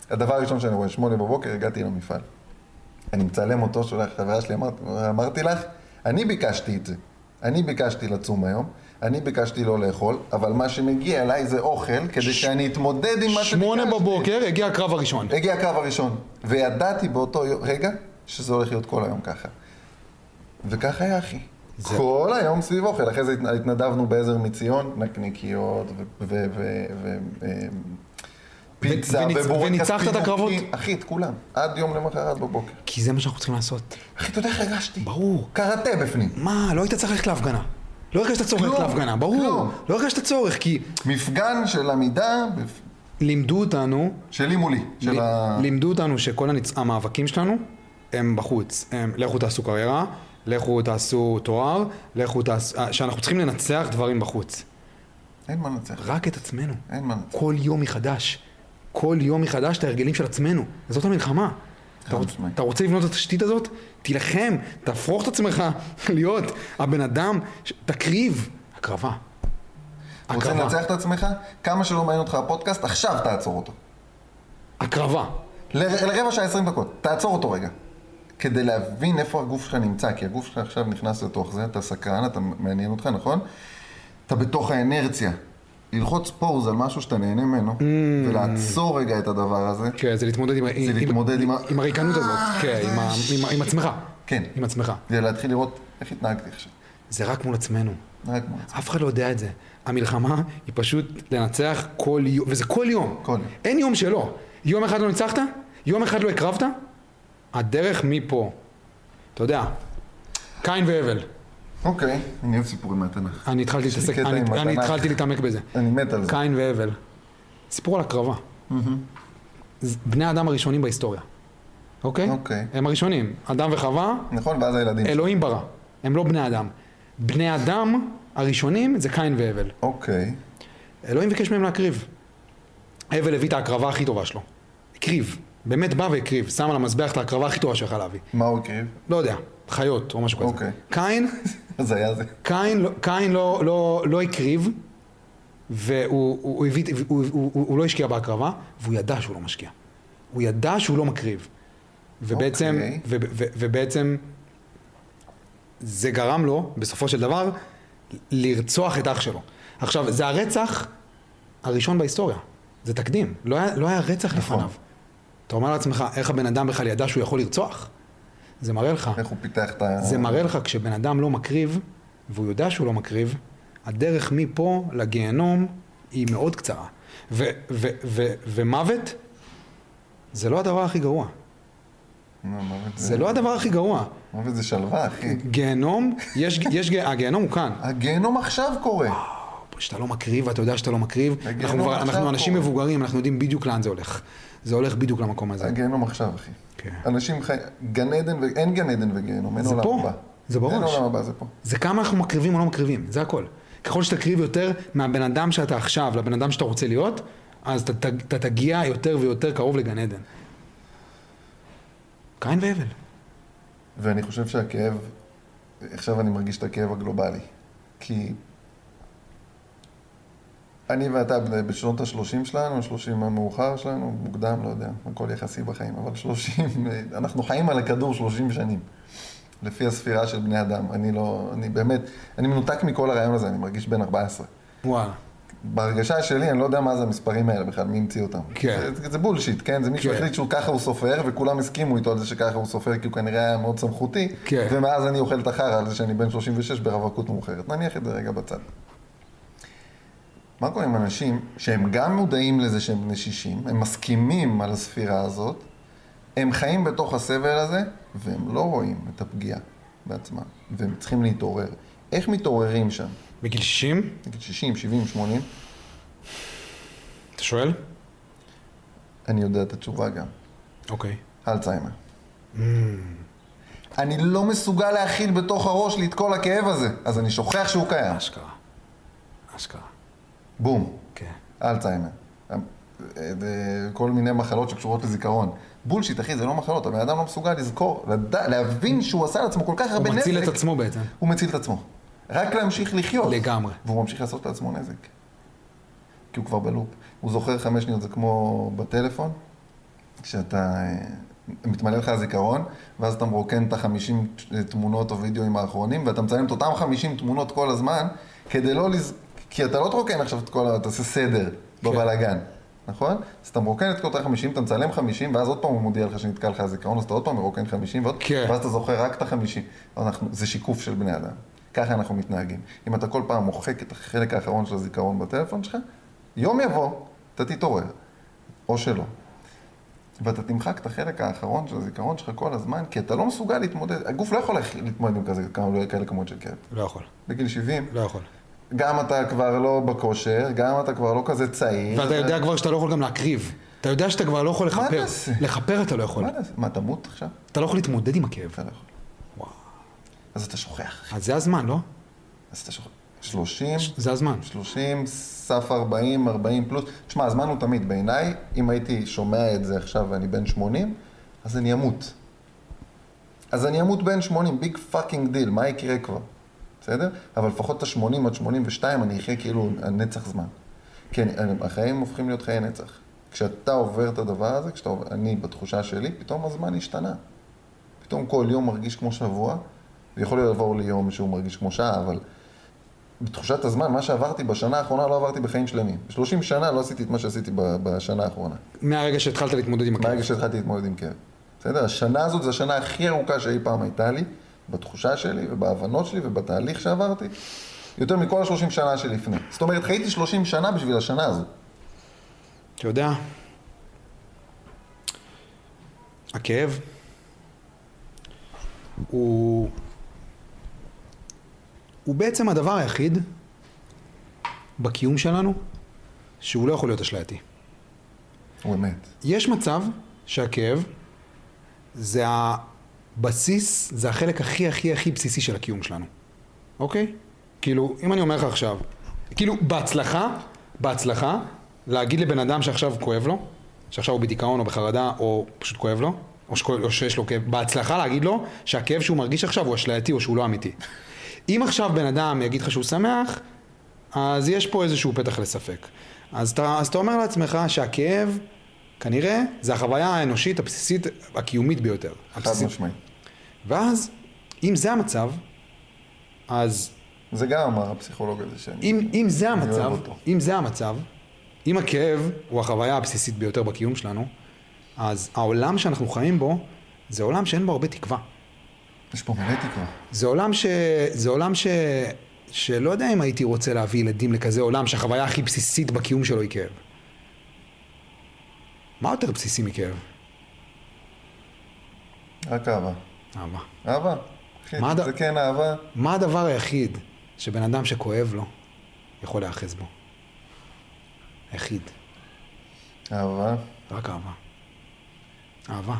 [SPEAKER 2] הדבר הראשון שאני רואה, שמונה בבוקר, הגעתי למפעל. אני מצלם אותו, שולח לחברה שלי, אמרתי, אמרתי לך, אני ביקשתי את זה. אני ביקשתי לצום היום, אני ביקשתי לא לאכול, אבל מה שמגיע אליי זה אוכל, כדי שאני אתמודד עם מה שביקשתי.
[SPEAKER 1] שמונה בבוקר הגיע הקרב הראשון.
[SPEAKER 2] הגיע הקו הראשון, וידעתי באותו יו- רגע שזה הולך להיות כל היום ככה. וככה היה, אחי. זה... כל היום סביב אוכל. אחרי זה הת- התנדבנו בעזר מציון, נקניקיות ו... ו... ו... ו... אה, פיצה
[SPEAKER 1] וניצ-
[SPEAKER 2] ובורקס.
[SPEAKER 1] וניצחת את
[SPEAKER 2] פינוקים.
[SPEAKER 1] הקרבות?
[SPEAKER 2] אחי, את כולם. עד יום למחרת בבוקר.
[SPEAKER 1] כי זה מה שאנחנו צריכים לעשות.
[SPEAKER 2] אחי, אתה יודע איך הרגשתי?
[SPEAKER 1] ברור.
[SPEAKER 2] קראטה בפנים.
[SPEAKER 1] מה, לא היית צריך ללכת להפגנה. לא הרגשת צורך ללכת
[SPEAKER 2] כלום,
[SPEAKER 1] להפגנה, ברור.
[SPEAKER 2] כלום.
[SPEAKER 1] לא הרגשת צורך, כי
[SPEAKER 2] מפגן של עמידה, בפ-
[SPEAKER 1] לימדו אותנו
[SPEAKER 2] שלי מולי. של
[SPEAKER 1] ל-
[SPEAKER 2] ה...
[SPEAKER 1] לימדו אותנו שכל הנצ... המאבקים שלנו הם בחוץ. הם לכו תעשו קריירה, לכו תעשו תואר, לכו תעשו... אה, שאנחנו צריכים לנצח דברים בחוץ.
[SPEAKER 2] אין מה לנצח.
[SPEAKER 1] רק את עצמנו.
[SPEAKER 2] אין מה לנצח.
[SPEAKER 1] כל יום מחדש. כל יום מחדש את ההרגלים של עצמנו. זאת המלחמה. אתה רוצ-
[SPEAKER 2] משמעית.
[SPEAKER 1] אתה רוצה לבנות את התשתית הזאת? תילחם, תהפוך את עצמך להיות הבן אדם, ש- תקריב. הקרבה.
[SPEAKER 2] רוצה לנצח את עצמך? כמה שלא מעניין אותך הפודקאסט, עכשיו תעצור אותו.
[SPEAKER 1] הקרבה.
[SPEAKER 2] ל- לרבע שעה 20 דקות, תעצור אותו רגע. כדי להבין איפה הגוף שלך נמצא, כי הגוף שלך עכשיו נכנס לתוך זה, אתה סקרן, אתה מעניין אותך, נכון? אתה בתוך האנרציה. ללחוץ פוז על משהו שאתה נהנה ממנו, ולעצור רגע את הדבר הזה.
[SPEAKER 1] Mm. כן, זה להתמודד עם, עם,
[SPEAKER 2] להתמודד עם ה- אה!
[SPEAKER 1] עם הריקנות הזאת, כן, עם, ה, עם, ה- עם עצמך.
[SPEAKER 2] כן.
[SPEAKER 1] עם עצמך.
[SPEAKER 2] כדי להתחיל לראות איך התנהגתי עכשיו.
[SPEAKER 1] זה רק מול עצמנו.
[SPEAKER 2] רק מול עצמי.
[SPEAKER 1] אף אחד לא יודע את זה. המלחמה היא פשוט לנצח כל יום, וזה כל יום.
[SPEAKER 2] כל יום.
[SPEAKER 1] אין יום שלא. יום אחד לא ניצחת? יום אחד לא הקרבת? הדרך מפה, אתה יודע, קין והבל.
[SPEAKER 2] אוקיי, אני אוהב סיפורים מהתנ"ך.
[SPEAKER 1] אני התחלתי
[SPEAKER 2] יש לי
[SPEAKER 1] להתעסק,
[SPEAKER 2] קטע עם
[SPEAKER 1] אני, אני
[SPEAKER 2] התנ"ך.
[SPEAKER 1] התחלתי להתעמק בזה.
[SPEAKER 2] אני מת על זה.
[SPEAKER 1] קין והבל. סיפור על הקרבה. ז- בני האדם הראשונים בהיסטוריה. אוקיי?
[SPEAKER 2] אוקיי.
[SPEAKER 1] הם הראשונים. אדם וחווה,
[SPEAKER 2] נכון? ואז הילדים.
[SPEAKER 1] אלוהים ברא. הם לא בני אדם. בני אדם הראשונים זה קין והבל.
[SPEAKER 2] אוקיי.
[SPEAKER 1] אלוהים ביקש מהם להקריב. הבל הביא את ההקרבה הכי טובה שלו. הקריב. באמת בא והקריב. שם על המזבח את ההקרבה הכי טובה שיכול להביא.
[SPEAKER 2] מה הוא הקריב?
[SPEAKER 1] לא יודע, חיות או משהו כזה.
[SPEAKER 2] אוקיי.
[SPEAKER 1] קין,
[SPEAKER 2] אז היה זה.
[SPEAKER 1] קין, לא- קין לא, לא, לא הקריב, והוא הוא, הביא, הוא, הוא, הוא, הוא לא השקיע בהקרבה, והוא ידע שהוא לא משקיע. הוא ידע שהוא לא מקריב. ובעצם,
[SPEAKER 2] אוקיי.
[SPEAKER 1] ו- ו- ו- ובעצם זה גרם לו, בסופו של דבר, לרצוח את אח שלו. עכשיו, זה הרצח הראשון בהיסטוריה. זה תקדים. לא היה, לא היה רצח
[SPEAKER 2] נכון.
[SPEAKER 1] לפניו. אתה אומר לעצמך, איך הבן אדם בכלל ידע שהוא יכול לרצוח? זה מראה לך.
[SPEAKER 2] איך הוא פיתח את ה...
[SPEAKER 1] זה מראה לך כשבן אדם לא מקריב, והוא יודע שהוא לא מקריב, הדרך מפה לגיהנום היא מאוד קצרה. ו- ו- ו- ומוות זה לא הדבר הכי גרוע.
[SPEAKER 2] נו, מוות
[SPEAKER 1] זה לא הדבר הכי גרוע.
[SPEAKER 2] מוות זה שלווה, אחי.
[SPEAKER 1] גיהנום, יש, יש, אה, גיהנום, הגיהנום הוא כאן.
[SPEAKER 2] הגיהנום עכשיו קורה.
[SPEAKER 1] שאתה לא מקריב ואתה יודע שאתה לא מקריב.
[SPEAKER 2] הגיהנום
[SPEAKER 1] אנחנו, כבר,
[SPEAKER 2] עכשיו
[SPEAKER 1] אנחנו אנשים
[SPEAKER 2] קורה.
[SPEAKER 1] מבוגרים, אנחנו יודעים בדיוק לאן זה הולך. זה הולך בדיוק למקום הזה.
[SPEAKER 2] הגיהנום עכשיו, אחי.
[SPEAKER 1] כן.
[SPEAKER 2] אנשים חיים... גן עדן ו... אין גן עדן וגיהנום, אין
[SPEAKER 1] זה
[SPEAKER 2] עולם
[SPEAKER 1] פה.
[SPEAKER 2] הבא.
[SPEAKER 1] זה בראש.
[SPEAKER 2] אין עולם הבא, זה פה.
[SPEAKER 1] זה כמה אנחנו מקריבים או לא מקריבים, זה הכל. ככל שתקריב יותר מהבן אדם שאתה עכשיו לבן אדם שאתה רוצה להיות, אז אתה ת- אתה תגיע יותר ויותר קרוב לגן עדן. קין והבל.
[SPEAKER 2] ואני חושב שהכאב... עכשיו אני מרגיש את הכאב הגלובלי. כי... אני ואתה בשנות ה-30 שלנו, 30 המאוחר שלנו, מוקדם, לא יודע, הכל יחסי בחיים, אבל 30, אנחנו חיים על הכדור 30 שנים, לפי הספירה של בני אדם. אני לא, אני באמת, אני מנותק מכל הרעיון הזה, אני מרגיש בן 14.
[SPEAKER 1] וואלה.
[SPEAKER 2] בהרגשה שלי, אני לא יודע מה זה המספרים האלה בכלל, מי המציא אותם.
[SPEAKER 1] כן.
[SPEAKER 2] זה, זה בולשיט, כן? זה מישהו
[SPEAKER 1] כן.
[SPEAKER 2] החליט שהוא ככה הוא סופר, וכולם הסכימו איתו על זה שככה הוא סופר, כי הוא כנראה היה מאוד סמכותי.
[SPEAKER 1] כן.
[SPEAKER 2] ומאז אני אוכל את החרא על זה שאני בן 36 ברווקות מאוחרת. נניח את זה רגע בצד. מה קורה עם אנשים שהם גם מודעים לזה שהם בני 60, הם מסכימים על הספירה הזאת, הם חיים בתוך הסבל הזה, והם לא רואים את הפגיעה בעצמם, והם צריכים להתעורר. איך מתעוררים שם?
[SPEAKER 1] בגיל 60,
[SPEAKER 2] נגיד 60, 70, 80?
[SPEAKER 1] אתה שואל?
[SPEAKER 2] אני יודע את התשובה גם.
[SPEAKER 1] אוקיי.
[SPEAKER 2] אלצהיימר. Mm. אני לא מסוגל להכיל בתוך הראש לי את כל הכאב הזה, אז אני שוכח שהוא קיים.
[SPEAKER 1] אשכרה. אשכרה.
[SPEAKER 2] בום,
[SPEAKER 1] כן.
[SPEAKER 2] אלצהיימר. אה, אה, כל מיני מחלות שקשורות לזיכרון. בולשיט, אחי, זה לא מחלות, הבן אדם לא מסוגל לזכור, לדע, להבין שהוא עשה לעצמו כל כך הרבה
[SPEAKER 1] הוא
[SPEAKER 2] נזק.
[SPEAKER 1] מציל את עצמו בעצם.
[SPEAKER 2] הוא מציל את עצמו. רק להמשיך לחיות.
[SPEAKER 1] לגמרי.
[SPEAKER 2] והוא ממשיך לעשות לעצמו נזק. כי הוא כבר בלופ. הוא זוכר חמש שניות, זה כמו בטלפון, כשאתה... אה, מתמלא לך הזיכרון, ואז אתה מרוקן את החמישים אה, תמונות או וידאוים האחרונים, ואתה מצלם את אותם חמישים תמונות כל הזמן, כדי לא לז... כי אתה לא תרוקן עכשיו את כל ה... אתה עושה סדר בבלאגן, נכון? אז אתה מרוקן את כל אותם חמישים, אתה מצלם חמישים, ואז עוד פעם הוא מודיע לך שנתקע לך הזיכרון, אז אתה עוד פעם מרוקן חמישים, ועוד...
[SPEAKER 1] כן.
[SPEAKER 2] ואז אתה זוכר רק את החמישים. אנחנו, זה שיקוף של בני אדם. ככה אנחנו מתנהגים. אם אתה כל פעם מוחק את החלק האחרון של הזיכרון בטלפון שלך, יום יבוא, אתה תתעורר. או שלא. ואתה תמחק את החלק האחרון של הזיכרון שלך כל הזמן, כי אתה לא מסוגל להתמודד. הגוף לא יכול להתמודד עם כזה, כמה- כאלה כמות של כאב.
[SPEAKER 1] לא יכול.
[SPEAKER 2] בגיל 70,
[SPEAKER 1] לא יכול.
[SPEAKER 2] אה. גם אתה כבר לא בכושר, גם אתה כבר לא כזה צעיר.
[SPEAKER 1] ואתה יודע כבר שאתה לא יכול גם להקריב. אתה יודע שאתה כבר לא יכול לכפר.
[SPEAKER 2] נעשה?
[SPEAKER 1] לכפר אתה לא יכול.
[SPEAKER 2] מה, נעשה? מה, תמות עכשיו?
[SPEAKER 1] אתה לא יכול להתמודד עם הכאב.
[SPEAKER 2] אתה לא יכול.
[SPEAKER 1] וואו.
[SPEAKER 2] אז אתה שוכח, אחי.
[SPEAKER 1] אז זה הזמן, לא?
[SPEAKER 2] אז אתה שוכח. 30,
[SPEAKER 1] זה הזמן.
[SPEAKER 2] 30, סף 40, 40 פלוס. תשמע, הזמן הוא תמיד בעיניי, אם הייתי שומע את זה עכשיו ואני בן 80, אז אני אמות. אז אני אמות בן 80, ביג פאקינג דיל, מה יקרה כבר? בסדר? אבל לפחות את ה-80 עד 82 אני אחיה כאילו נצח זמן. כן, החיים הופכים להיות חיי נצח. כשאתה עובר את הדבר הזה, כשאתה עובר, אני בתחושה שלי, פתאום הזמן השתנה. פתאום כל יום מרגיש כמו שבוע, ויכול להיות לעבור לי יום שהוא מרגיש כמו שעה, אבל בתחושת הזמן, מה שעברתי בשנה האחרונה לא עברתי בחיים שלמים. 30 שנה לא עשיתי את מה שעשיתי ב- בשנה האחרונה.
[SPEAKER 1] מהרגע שהתחלת להתמודד עם הכאב.
[SPEAKER 2] ברגע שהתחלתי להתמודד עם כאב. בסדר? השנה הזאת זו השנה הכי ארוכה שאי פעם הייתה לי, בתחושה שלי ובהבנות שלי ובתהליך שעברתי, יותר מכל ה-30 שנה שלפני. זאת אומרת, חייתי 30 שנה בשביל השנה הזאת.
[SPEAKER 1] אתה יודע, הכאב הוא... הוא בעצם הדבר היחיד בקיום שלנו שהוא לא יכול להיות אשלייתי.
[SPEAKER 2] הוא אמת.
[SPEAKER 1] יש מצב שהכאב זה הבסיס, זה החלק הכי הכי הכי בסיסי של הקיום שלנו, אוקיי? כאילו, אם אני אומר לך עכשיו, כאילו, בהצלחה, בהצלחה, להגיד לבן אדם שעכשיו כואב לו, שעכשיו הוא בדיכאון או בחרדה או פשוט כואב לו, או, שכואב, או שיש לו כאב, בהצלחה להגיד לו שהכאב שהוא מרגיש עכשיו הוא אשלייתי או שהוא לא אמיתי. אם עכשיו בן אדם יגיד לך שהוא שמח, אז יש פה איזשהו פתח לספק. אז אתה, אז אתה אומר לעצמך שהכאב כנראה זה החוויה האנושית הבסיסית הקיומית ביותר.
[SPEAKER 2] חד
[SPEAKER 1] הבסיסית.
[SPEAKER 2] משמעי.
[SPEAKER 1] ואז, אם זה המצב, אז
[SPEAKER 2] זה גם אמר הפסיכולוג הזה שאני...
[SPEAKER 1] אם, אם זה
[SPEAKER 2] אני
[SPEAKER 1] המצב,
[SPEAKER 2] אוהב אותו.
[SPEAKER 1] אם זה המצב, אם הכאב הוא החוויה הבסיסית ביותר בקיום שלנו, אז העולם שאנחנו חיים בו, זה עולם שאין בו הרבה תקווה.
[SPEAKER 2] יש פה מלא תקווה.
[SPEAKER 1] זה עולם ש... זה עולם ש... שלא יודע אם הייתי רוצה להביא ילדים לכזה עולם שהחוויה הכי בסיסית בקיום שלו היא כאב. מה יותר בסיסי מכאב?
[SPEAKER 2] רק אהבה.
[SPEAKER 1] אהבה.
[SPEAKER 2] אהבה. אחי,
[SPEAKER 1] מה הד-
[SPEAKER 2] זה כן אהבה.
[SPEAKER 1] מה הדבר היחיד שבן אדם שכואב לו יכול להיאחז בו? היחיד.
[SPEAKER 2] אהבה.
[SPEAKER 1] רק אהבה. אהבה.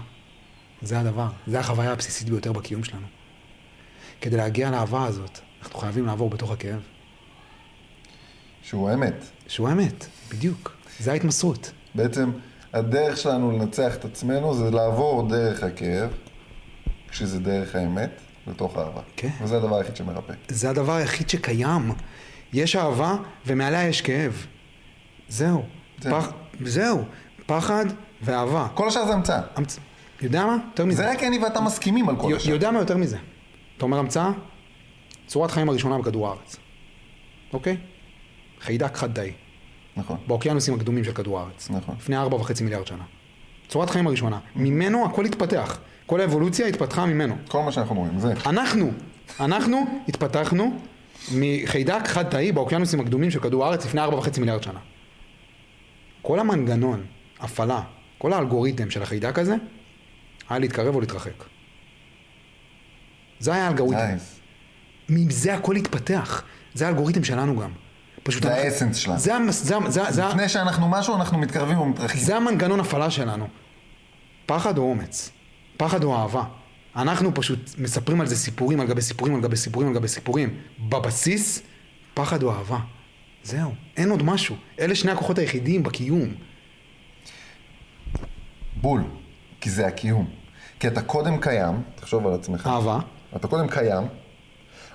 [SPEAKER 1] זה הדבר. זה החוויה הבסיסית ביותר בקיום שלנו. כדי להגיע לאהבה הזאת, אנחנו חייבים לעבור בתוך הכאב.
[SPEAKER 2] שהוא האמת.
[SPEAKER 1] שהוא האמת, בדיוק. זה ההתמסרות.
[SPEAKER 2] בעצם הדרך שלנו לנצח את עצמנו זה לעבור דרך הכאב, כשזה דרך האמת, לתוך האהבה.
[SPEAKER 1] כן.
[SPEAKER 2] וזה הדבר היחיד שמרפא.
[SPEAKER 1] זה הדבר היחיד שקיים. יש אהבה ומעליה יש כאב. זהו.
[SPEAKER 2] זהו.
[SPEAKER 1] פח... זהו. פחד ואהבה.
[SPEAKER 2] כל השאר זה המצאה.
[SPEAKER 1] המצ... יודע מה? יותר מזה.
[SPEAKER 2] זה רק אני ואתה מסכימים על כל
[SPEAKER 1] י-
[SPEAKER 2] השאר.
[SPEAKER 1] יודע מה יותר מזה. אתה אומר המצאה? צורת חיים הראשונה בכדור הארץ. אוקיי? חיידק חד תאי.
[SPEAKER 2] נכון.
[SPEAKER 1] באוקיינוסים הקדומים של כדור הארץ.
[SPEAKER 2] נכון.
[SPEAKER 1] לפני ארבע וחצי מיליארד שנה. צורת חיים הראשונה. ממנו הכל התפתח. כל האבולוציה התפתחה ממנו.
[SPEAKER 2] כל מה שאנחנו אומרים, זה.
[SPEAKER 1] אנחנו, אנחנו התפתחנו מחיידק חד תאי באוקיינוסים הקדומים של כדור הארץ לפני ארבע וחצי מיליארד שנה. כל המנגנון, הפעלה, כל האלגוריתם של החיידק הזה, היה להתקרב או להתרחק. זה היה האלגוריתם.
[SPEAKER 2] נייס.
[SPEAKER 1] מזה הכל התפתח. זה האלגוריתם שלנו גם. פשוט...
[SPEAKER 2] זה
[SPEAKER 1] אנחנו-
[SPEAKER 2] האסנס שלנו.
[SPEAKER 1] זה, המס- זה, זה, זה,
[SPEAKER 2] לפני שאנחנו משהו, אנחנו מתקרבים ומתרחקים.
[SPEAKER 1] זה המנגנון הפעלה שלנו. פחד או אומץ? פחד או אהבה? אנחנו פשוט מספרים על זה סיפורים על גבי סיפורים על גבי סיפורים על גבי סיפורים. בבסיס, פחד או אהבה. זהו, אין עוד משהו. אלה שני הכוחות היחידים בקיום.
[SPEAKER 2] בול. כי זה הקיום. כי אתה קודם קיים, תחשוב על עצמך.
[SPEAKER 1] אהבה,
[SPEAKER 2] אתה קודם קיים,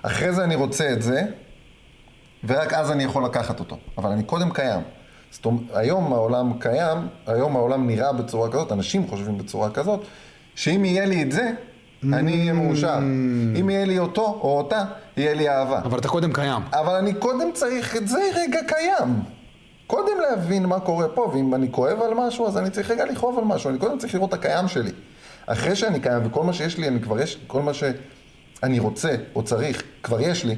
[SPEAKER 2] אחרי זה אני רוצה את זה, ורק אז אני יכול לקחת אותו. אבל אני קודם קיים. זאת אומרת, היום העולם קיים, היום העולם נראה בצורה כזאת, אנשים חושבים בצורה כזאת, שאם יהיה לי את זה, אני אהיה מאושר. אם יהיה לי אותו או אותה, יהיה לי אהבה.
[SPEAKER 1] אבל אתה קודם קיים.
[SPEAKER 2] אבל אני קודם צריך את זה רגע קיים. קודם להבין מה קורה פה, ואם אני כואב על משהו, אז אני צריך רגע לכאוב על משהו, אני קודם צריך לראות את הקיים שלי. אחרי שאני קיים, וכל מה שיש לי, אני כבר יש, כל מה שאני רוצה או צריך, כבר יש לי.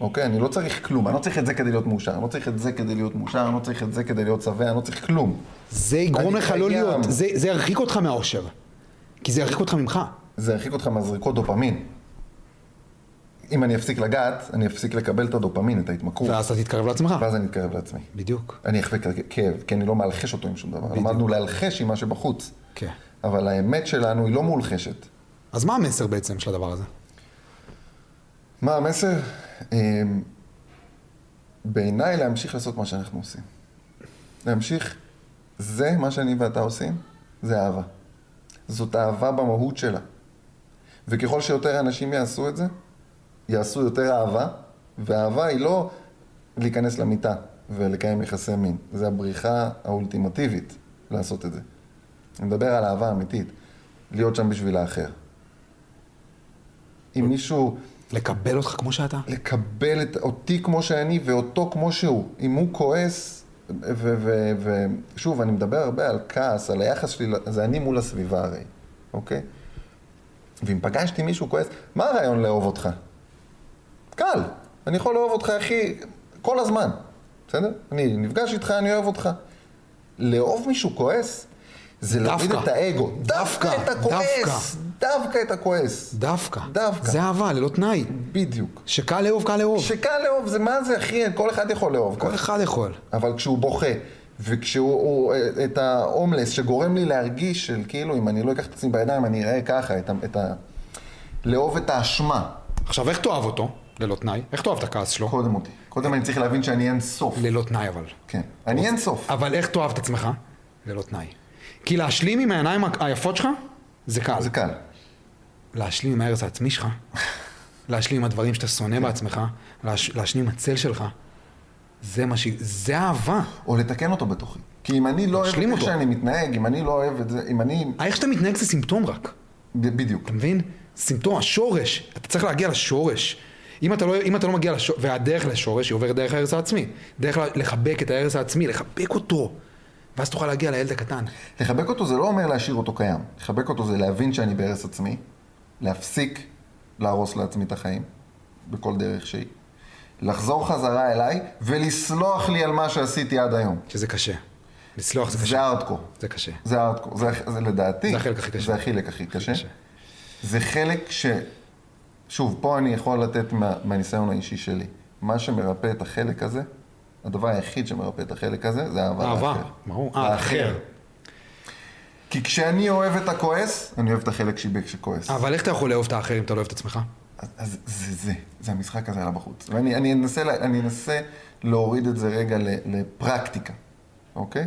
[SPEAKER 2] אוקיי? אני לא צריך כלום, אני לא צריך את זה כדי להיות מאושר, אני לא צריך את זה כדי להיות מאושר, אני לא צריך את זה כדי להיות שבע, אני לא צריך כלום.
[SPEAKER 1] זה יגרום
[SPEAKER 2] אני
[SPEAKER 1] לך לא
[SPEAKER 2] קיים.
[SPEAKER 1] להיות, זה, זה ירחיק אותך מהאושר. כי זה ירחיק אותך ממך.
[SPEAKER 2] זה ירחיק אותך מהזריקות דופמין. אם אני אפסיק לגעת, אני אפסיק לקבל את הדופמין, את ההתמכרות,
[SPEAKER 1] ואז אתה תתקרב לעצמך.
[SPEAKER 2] ואז אני אתקרב לעצמי.
[SPEAKER 1] בדיוק.
[SPEAKER 2] אני אחווה כ- כאב, כי אני לא מאלחש אותו עם שום דבר. למדנו להלחש עם מה שבחוץ.
[SPEAKER 1] כן.
[SPEAKER 2] אבל האמת שלנו היא לא מאולחשת.
[SPEAKER 1] אז מה המסר בעצם של הדבר הזה?
[SPEAKER 2] מה המסר? אמ, בעיניי להמשיך לעשות מה שאנחנו עושים. להמשיך, זה מה שאני ואתה עושים, זה אהבה. זאת אהבה במהות שלה. וככל שיותר אנשים יעשו את זה, יעשו יותר אהבה, והאהבה היא לא להיכנס למיטה ולקיים יחסי מין, זה הבריחה האולטימטיבית לעשות את זה. אני מדבר על אהבה אמיתית, להיות שם בשביל האחר. אם מישהו
[SPEAKER 1] לקבל אותך כמו שאתה?
[SPEAKER 2] לקבל את אותי כמו שאני ואותו כמו שהוא. אם הוא כועס, ושוב, אני מדבר הרבה על כעס, על היחס שלי, ל- זה אני מול הסביבה הרי, אוקיי? ואם פגשתי מישהו כועס, מה הרעיון לאהוב אותך? קל, אני יכול לאהוב אותך, אחי, כל הזמן, בסדר? אני נפגש איתך, אני אוהב אותך. לאהוב מישהו כועס, זה להוריד
[SPEAKER 1] דווקא.
[SPEAKER 2] את האגו.
[SPEAKER 1] דווקא,
[SPEAKER 2] דווקא את הכועס. דווקא את הכועס.
[SPEAKER 1] דווקא.
[SPEAKER 2] דווקא.
[SPEAKER 1] זה אהבה, ללא תנאי.
[SPEAKER 2] בדיוק.
[SPEAKER 1] שקל לאהוב, קל לאהוב.
[SPEAKER 2] שקל לאהוב, זה מה זה אחי, כל אחד יכול לאהוב.
[SPEAKER 1] כל אחד יכול.
[SPEAKER 2] אבל כשהוא בוכה, וכשהוא, הוא, אה, את ההומלס שגורם לי להרגיש של כאילו, אם אני לא אקח את עצמי בידיים, אני אראה ככה, את ה... את ה לאהוב את האשמה.
[SPEAKER 1] עכשיו, איך תאהב אותו? ללא תנאי. איך תאהב את הכעס שלו?
[SPEAKER 2] קודם אותי. קודם אני צריך להבין שאני אין סוף.
[SPEAKER 1] ללא תנאי אבל.
[SPEAKER 2] כן. אני אין סוף.
[SPEAKER 1] אבל איך תאהב את עצמך? ללא תנאי. כי להשלים עם העיניים ה- היפות שלך, זה קל.
[SPEAKER 2] זה קל.
[SPEAKER 1] להשלים עם ההרס העצמי שלך, להשלים עם הדברים שאתה שונא בעצמך, להש... להשלים עם הצל שלך, זה מה ש... זה אהבה.
[SPEAKER 2] או לתקן אותו בתוכי. כי אם אני לא אוהב
[SPEAKER 1] להשלים
[SPEAKER 2] את איך
[SPEAKER 1] אותו.
[SPEAKER 2] שאני מתנהג, אם אני לא אוהב את זה, אם אני...
[SPEAKER 1] איך שאתה מתנהג זה סימפטום רק.
[SPEAKER 2] ב- בדיוק.
[SPEAKER 1] אתה מבין? סימפטום, השורש. אתה צריך להגיע לשורש. אם אתה לא, אם אתה לא מגיע לשורש, והדרך לשורש היא עוברת דרך ההרס העצמי. דרך ל- לחבק את ההרס העצמי, לחבק אותו. ואז תוכל להגיע לילד הקטן.
[SPEAKER 2] לחבק אותו זה לא אומר להשאיר אותו קיים. לחבק אותו זה להבין שאני בהרס עצמי, להפסיק להרוס לעצמי את החיים, בכל דרך שהיא. לחזור חזרה אליי ולסלוח לי על מה שעשיתי עד היום.
[SPEAKER 1] שזה קשה. לסלוח זה
[SPEAKER 2] זה
[SPEAKER 1] קשה.
[SPEAKER 2] הארדקור.
[SPEAKER 1] זה קשה.
[SPEAKER 2] זה הארדקור. זה, זה לדעתי.
[SPEAKER 1] זה החלק הכי קשה.
[SPEAKER 2] זה החלק הכי קשה.
[SPEAKER 1] קשה.
[SPEAKER 2] זה חלק ש... שוב, פה אני יכול לתת מה, מהניסיון האישי שלי. מה שמרפא את החלק הזה, הדבר היחיד שמרפא את החלק הזה, זה אהבה
[SPEAKER 1] אהבה,
[SPEAKER 2] לאחר.
[SPEAKER 1] ברור. אה,
[SPEAKER 2] לאחר. כי כשאני אוהב את הכועס, אני אוהב את החלק שבי כשכועס.
[SPEAKER 1] אבל איך אתה יכול לאהוב את האחר אם אתה לא אוהב את עצמך?
[SPEAKER 2] אז, אז זה זה, זה המשחק הזה על הבחוץ. ואני אני אנסה, לה- אני אנסה להוריד את זה רגע ל- לפרקטיקה, אוקיי?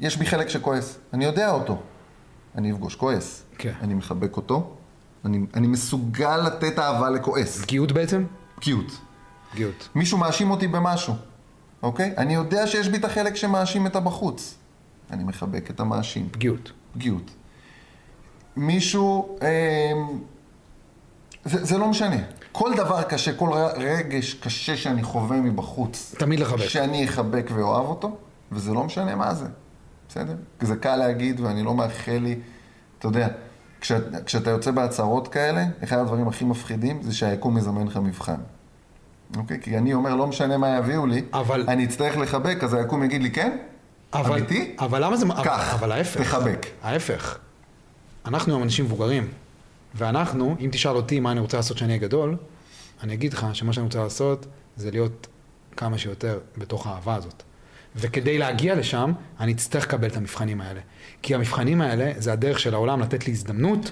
[SPEAKER 2] יש בי חלק שכועס, אני יודע אותו. אני אפגוש כועס,
[SPEAKER 1] כן.
[SPEAKER 2] אני מחבק אותו, אני, אני מסוגל לתת אהבה לכועס,
[SPEAKER 1] פגיעות בעצם?
[SPEAKER 2] בקיאות.
[SPEAKER 1] פגיעות.
[SPEAKER 2] מישהו מאשים אותי במשהו, אוקיי? אני יודע שיש בי את החלק שמאשים את הבחוץ. אני מחבק את המאשים.
[SPEAKER 1] פגיעות.
[SPEAKER 2] פגיעות. מישהו, אה, זה, זה לא משנה. כל דבר קשה, כל ר- רגש קשה שאני חווה מבחוץ,
[SPEAKER 1] תמיד לחבק.
[SPEAKER 2] שאני אחבק ואוהב אותו, וזה לא משנה מה זה, בסדר? זה קל להגיד, ואני לא מאחל לי, אתה יודע, כשאת, כשאתה יוצא בהצהרות כאלה, אחד הדברים הכי מפחידים זה שהיקום מזמן לך מבחן. אוקיי? כי אני אומר, לא משנה מה יביאו לי,
[SPEAKER 1] אבל-
[SPEAKER 2] אני אצטרך לחבק, אז היקום יגיד לי, כן?
[SPEAKER 1] אבל,
[SPEAKER 2] אמיתי?
[SPEAKER 1] אבל למה זה...
[SPEAKER 2] קח,
[SPEAKER 1] אבל ההפך.
[SPEAKER 2] תחבק.
[SPEAKER 1] ההפך. אנחנו היום אנשים מבוגרים, ואנחנו, אם תשאל אותי מה אני רוצה לעשות כשאני אהיה גדול, אני אגיד לך שמה שאני רוצה לעשות זה להיות כמה שיותר בתוך האהבה הזאת. וכדי להגיע לשם, אני אצטרך לקבל את המבחנים האלה. כי המבחנים האלה זה הדרך של העולם לתת לי הזדמנות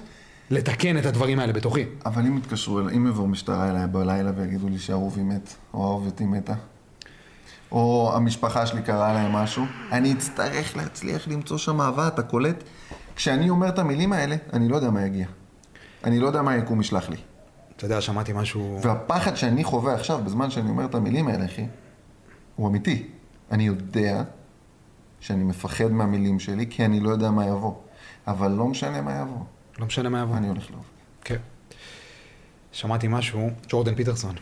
[SPEAKER 1] לתקן את הדברים האלה בתוכי.
[SPEAKER 2] אבל אם יתקשרו אליי, אם יבואו משטרה אליי בלילה ויגידו לי שאהובי מת, או אהובתי מתה, או המשפחה שלי קרה להם משהו, אני אצטרך להצליח למצוא שם אהבה, אתה קולט? כשאני אומר את המילים האלה, אני לא יודע מה יגיע. אני לא יודע מה היקום ישלח לי.
[SPEAKER 1] אתה יודע, שמעתי משהו...
[SPEAKER 2] והפחד שאני חווה עכשיו, בזמן שאני אומר את המילים האלה, אחי, הוא אמיתי. אני יודע שאני מפחד מהמילים שלי, כי אני לא יודע מה יבוא. אבל לא משנה מה יבוא,
[SPEAKER 1] לא משנה מה יבוא.
[SPEAKER 2] אני הולך לאהוב.
[SPEAKER 1] כן. שמעתי משהו, ג'ורדן פיטרסון.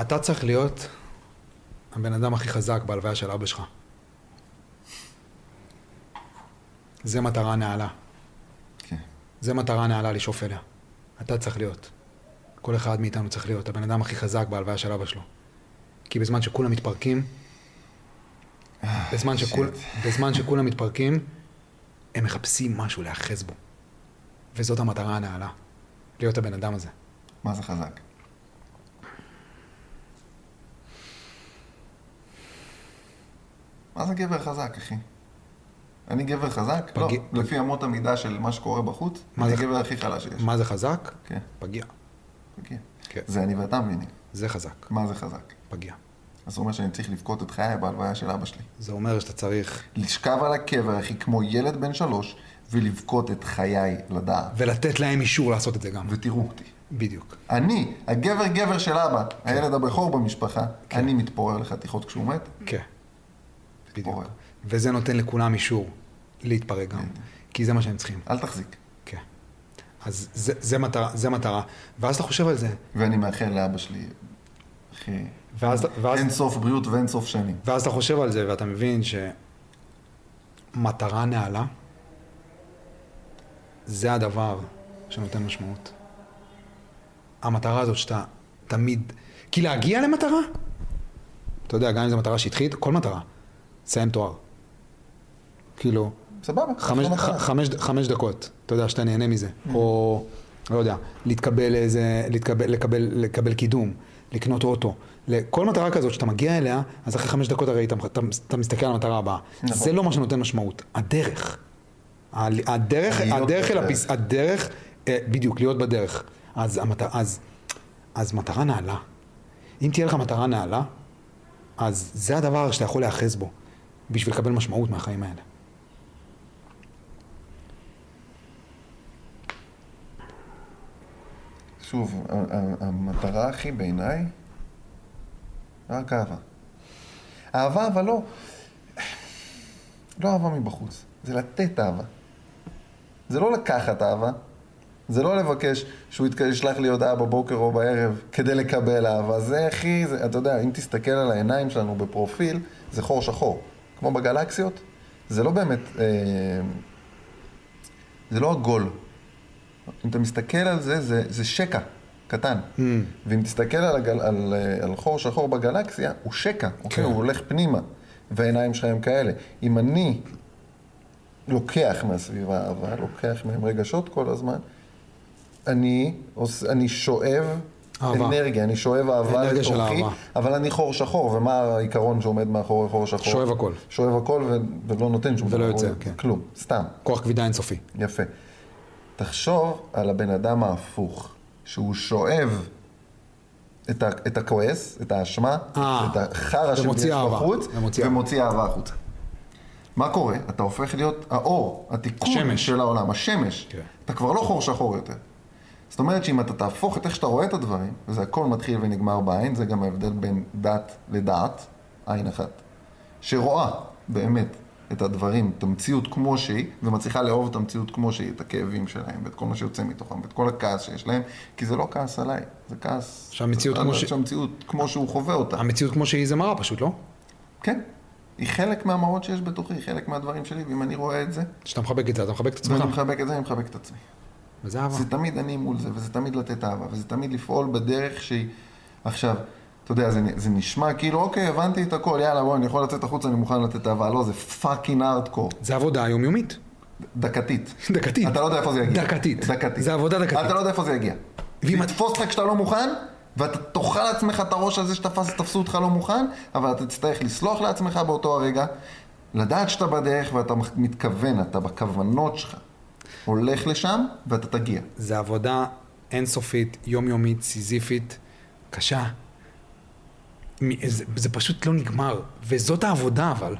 [SPEAKER 1] אתה צריך להיות הבן אדם הכי חזק בהלוויה של אבא שלך. זה מטרה נעלה.
[SPEAKER 2] כן.
[SPEAKER 1] זה מטרה נעלה לשאוף אליה. אתה צריך להיות. כל אחד מאיתנו צריך להיות הבן אדם הכי חזק בהלוויה של אבא שלו. כי בזמן שכולם מתפרקים, בזמן, שכול, בזמן שכולם מתפרקים, הם מחפשים משהו להיאחז בו. וזאת המטרה הנעלה, להיות הבן אדם הזה.
[SPEAKER 2] מה זה חזק? מה זה גבר חזק, אחי? אני גבר חזק? לא,
[SPEAKER 1] פגי-
[SPEAKER 2] לפי אמות המידה של מה שקורה בחוץ,
[SPEAKER 1] מה
[SPEAKER 2] אני
[SPEAKER 1] זה-
[SPEAKER 2] הגבר הכי חלש שיש.
[SPEAKER 1] מה זה חזק?
[SPEAKER 2] כן,
[SPEAKER 1] פגיע.
[SPEAKER 2] פגיע.
[SPEAKER 1] כן.
[SPEAKER 2] זה אני ואתה מבינים.
[SPEAKER 1] זה חזק,
[SPEAKER 2] מה זה חזק?
[SPEAKER 1] פגיע.
[SPEAKER 2] אז זה אומר שאני צריך לבכות את חיי בהלוויה של אבא שלי.
[SPEAKER 1] זה אומר שאתה צריך...
[SPEAKER 2] לשכב על הקבר, אחי, כמו ילד בן שלוש, ולבכות את חיי לדעת.
[SPEAKER 1] ולתת להם אישור לעשות את זה גם.
[SPEAKER 2] ותראו אותי.
[SPEAKER 1] בדיוק.
[SPEAKER 2] אני, הגבר גבר של אבא, הילד הבכור במשפחה, אני מתפורר לחתיכות כשהוא מת,
[SPEAKER 1] כן. בדיוק.
[SPEAKER 2] מתפורר.
[SPEAKER 1] וזה נותן לכולם אישור להתפרק גם. כי זה מה שהם צריכים.
[SPEAKER 2] אל תחזיק.
[SPEAKER 1] כן. אז זה, זה מטרה, זה מטרה. ואז אתה חושב על זה,
[SPEAKER 2] ואני מאחל לאבא שלי, אחי, כן.
[SPEAKER 1] ואז, ואז,
[SPEAKER 2] אין סוף בריאות ואין סוף שנים.
[SPEAKER 1] ואז אתה חושב על זה, ואתה מבין שמטרה נעלה, זה הדבר שנותן משמעות. המטרה הזאת שאתה תמיד... כי להגיע למטרה, אתה יודע, גם אם זו מטרה שטחית, כל מטרה, סיים תואר. כאילו,
[SPEAKER 2] סבבה.
[SPEAKER 1] חמש,
[SPEAKER 2] אחלה מטרה.
[SPEAKER 1] ח- חמש, חמש דקות, אתה יודע, שאתה נהנה מזה.
[SPEAKER 2] Mm.
[SPEAKER 1] או, לא יודע, להתקבל לאיזה, להתקבל, לקבל, לקבל קידום, לקנות אוטו. לכל מטרה כזאת שאתה מגיע אליה, אז אחרי חמש דקות הרי אתה, אתה, אתה מסתכל על המטרה הבאה.
[SPEAKER 2] נכון.
[SPEAKER 1] זה לא מה שנותן משמעות, הדרך. ה- הדרך,
[SPEAKER 2] להיות
[SPEAKER 1] הדרך אל
[SPEAKER 2] בדרך.
[SPEAKER 1] הפיס, הדרך, אה, בדיוק, להיות בדרך. אז, המט, אז, אז מטרה נעלה. אם תהיה לך מטרה נעלה, אז זה הדבר שאתה יכול להיאחז בו, בשביל לקבל משמעות מהחיים האלה.
[SPEAKER 2] שוב, ה- ה- המטרה, אחי, בעיניי, רק אהבה. אהבה, אבל לא... לא אהבה מבחוץ, זה לתת אהבה. זה לא לקחת אהבה, זה לא לבקש שהוא יתק- ישלח לי הודעה בבוקר או בערב כדי לקבל אהבה. זה, אחי, זה, אתה יודע, אם תסתכל על העיניים שלנו בפרופיל, זה חור שחור. כמו בגלקסיות, זה לא באמת... אה, זה לא עגול, אם אתה מסתכל על זה, זה, זה שקע קטן. Mm. ואם תסתכל על, הגל, על, אה, על חור שחור בגלקסיה, הוא שקע,
[SPEAKER 1] כן.
[SPEAKER 2] אוקיי? הוא הולך פנימה, והעיניים שלך הם כאלה. אם אני לוקח מהסביבה אהבה, לוקח מהם רגשות כל הזמן, אני, עוש- אני שואב
[SPEAKER 1] אהבה.
[SPEAKER 2] אנרגיה, אני שואב אהבה
[SPEAKER 1] אנרגיה של
[SPEAKER 2] לתוכי,
[SPEAKER 1] אהבה.
[SPEAKER 2] אבל אני חור שחור, ומה העיקרון שעומד מאחורי חור שחור?
[SPEAKER 1] שואב הכל.
[SPEAKER 2] שואב הכל ו- ולא נותן שום
[SPEAKER 1] ולא
[SPEAKER 2] דבר,
[SPEAKER 1] יוצא,
[SPEAKER 2] הוא-
[SPEAKER 1] כן.
[SPEAKER 2] כלום, סתם.
[SPEAKER 1] כוח כבידה אינסופי.
[SPEAKER 2] יפה. תחשוב על הבן אדם ההפוך, שהוא שואב את, ה, את הכועס, את האשמה,
[SPEAKER 1] אה,
[SPEAKER 2] את החרא
[SPEAKER 1] ומוציא
[SPEAKER 2] שיש
[SPEAKER 1] אהבה,
[SPEAKER 2] בחוץ,
[SPEAKER 1] ומוציא
[SPEAKER 2] ומוציא אהבה החוצה. מה קורה? אתה הופך להיות האור, התיקון
[SPEAKER 1] השמש.
[SPEAKER 2] של העולם, השמש.
[SPEAKER 1] כן.
[SPEAKER 2] אתה כבר לא חור שחור יותר. זאת אומרת שאם אתה תהפוך את איך שאתה רואה את הדברים, וזה הכל מתחיל ונגמר בעין, זה גם ההבדל בין דת לדעת, עין אחת. שרואה באמת את הדברים, את המציאות כמו שהיא, ומצליחה לאהוב את המציאות כמו שהיא, את הכאבים שלהם, ואת כל מה שיוצא מתוכם, ואת כל הכעס שיש להם, כי זה לא כעס עליי, זה כעס...
[SPEAKER 1] שהמציאות
[SPEAKER 2] על-
[SPEAKER 1] כמו
[SPEAKER 2] על-
[SPEAKER 1] ש-
[SPEAKER 2] שהמציאות כמו שהוא חווה אותה.
[SPEAKER 1] המציאות כמו שהיא זה מראה פשוט, לא?
[SPEAKER 2] כן. היא חלק מהמראות שיש בתוכי, היא חלק מהדברים שלי, ואם אני רואה את זה,
[SPEAKER 1] כשאתה מחבק את זה, אתה מחבק את
[SPEAKER 2] ואני
[SPEAKER 1] עצמך.
[SPEAKER 2] מחבק את זה, אני מחבק את עצמי.
[SPEAKER 1] וזה אהבה.
[SPEAKER 2] נכון. זה תמיד אני מול זה, וזה תמיד לתת אהבה, וזה תמיד לפעול בדרך שהיא... עכשיו, אתה יודע, זה, נ- זה נשמע כאילו, אוקיי, הבנתי את הכל, יאללה, בוא, אני יכול לצאת החוצה, אני מוכן לתת אהבה. לא, זה פאקינג הארדקור.
[SPEAKER 1] זה עבודה יומיומית.
[SPEAKER 2] דקתית.
[SPEAKER 1] דקתית.
[SPEAKER 2] אתה לא יודע איפה זה יגיע.
[SPEAKER 1] דקתית.
[SPEAKER 2] דקתית.
[SPEAKER 1] זה עבודה דקתית.
[SPEAKER 2] אתה לא יודע איפה זה יגיע.
[SPEAKER 1] ואם
[SPEAKER 2] ואם
[SPEAKER 1] את-
[SPEAKER 2] תתפוס אותך כשאתה לא מוכן, ואתה תאכל לעצמך את הראש על זה שתפסו אותך לא מוכן, אבל אתה תצטרך לסלוח לעצמך באותו הרגע, לדעת שאתה בדרך ואתה מח- מתכוון, אתה בכוונות שלך. הולך לשם ואתה תגיע.
[SPEAKER 1] זה עבודה אינסופית, יומיומית, סיזיפית, קשה. מ- זה, זה פשוט לא נגמר, וזאת העבודה אבל.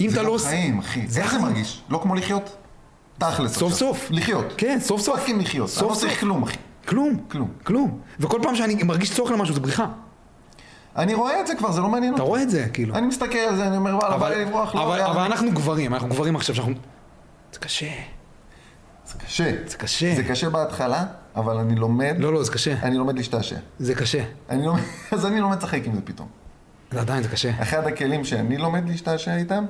[SPEAKER 1] אם אתה
[SPEAKER 2] זה
[SPEAKER 1] לא
[SPEAKER 2] גם
[SPEAKER 1] עושה...
[SPEAKER 2] חיים, אחי.
[SPEAKER 1] זה
[SPEAKER 2] איך זה
[SPEAKER 1] החיים.
[SPEAKER 2] מרגיש? לא כמו לחיות? תכלס.
[SPEAKER 1] סוף
[SPEAKER 2] עכשיו.
[SPEAKER 1] סוף.
[SPEAKER 2] לחיות.
[SPEAKER 1] כן, סוף סוף.
[SPEAKER 2] פאקינג לחיות.
[SPEAKER 1] סוף
[SPEAKER 2] אני לא צריך
[SPEAKER 1] סוף.
[SPEAKER 2] כלום, אחי.
[SPEAKER 1] כלום.
[SPEAKER 2] כלום.
[SPEAKER 1] כלום. וכל פעם שאני מרגיש צורך למשהו זה בריחה.
[SPEAKER 2] אני רואה את זה כבר, זה לא מעניין
[SPEAKER 1] אתה
[SPEAKER 2] אותי.
[SPEAKER 1] רואה את זה, כאילו.
[SPEAKER 2] אני מסתכל על זה, אני אומר, וואלה, בא לי לברוח, לא,
[SPEAKER 1] אבל,
[SPEAKER 2] יאללה.
[SPEAKER 1] אבל אנחנו גברים, אנחנו גברים עכשיו שאנחנו... זה קשה.
[SPEAKER 2] זה קשה.
[SPEAKER 1] זה קשה.
[SPEAKER 2] זה קשה בהתחלה, אבל אני לומד,
[SPEAKER 1] כן. לא, לא, זה קשה.
[SPEAKER 2] אני לומד להשתעשע.
[SPEAKER 1] זה קשה.
[SPEAKER 2] אני לומד, אז אני לומד לשחק עם זה פתאום.
[SPEAKER 1] זה עדיין זה קשה.
[SPEAKER 2] אחד הכלים שאני לומד להשתעשע איתם,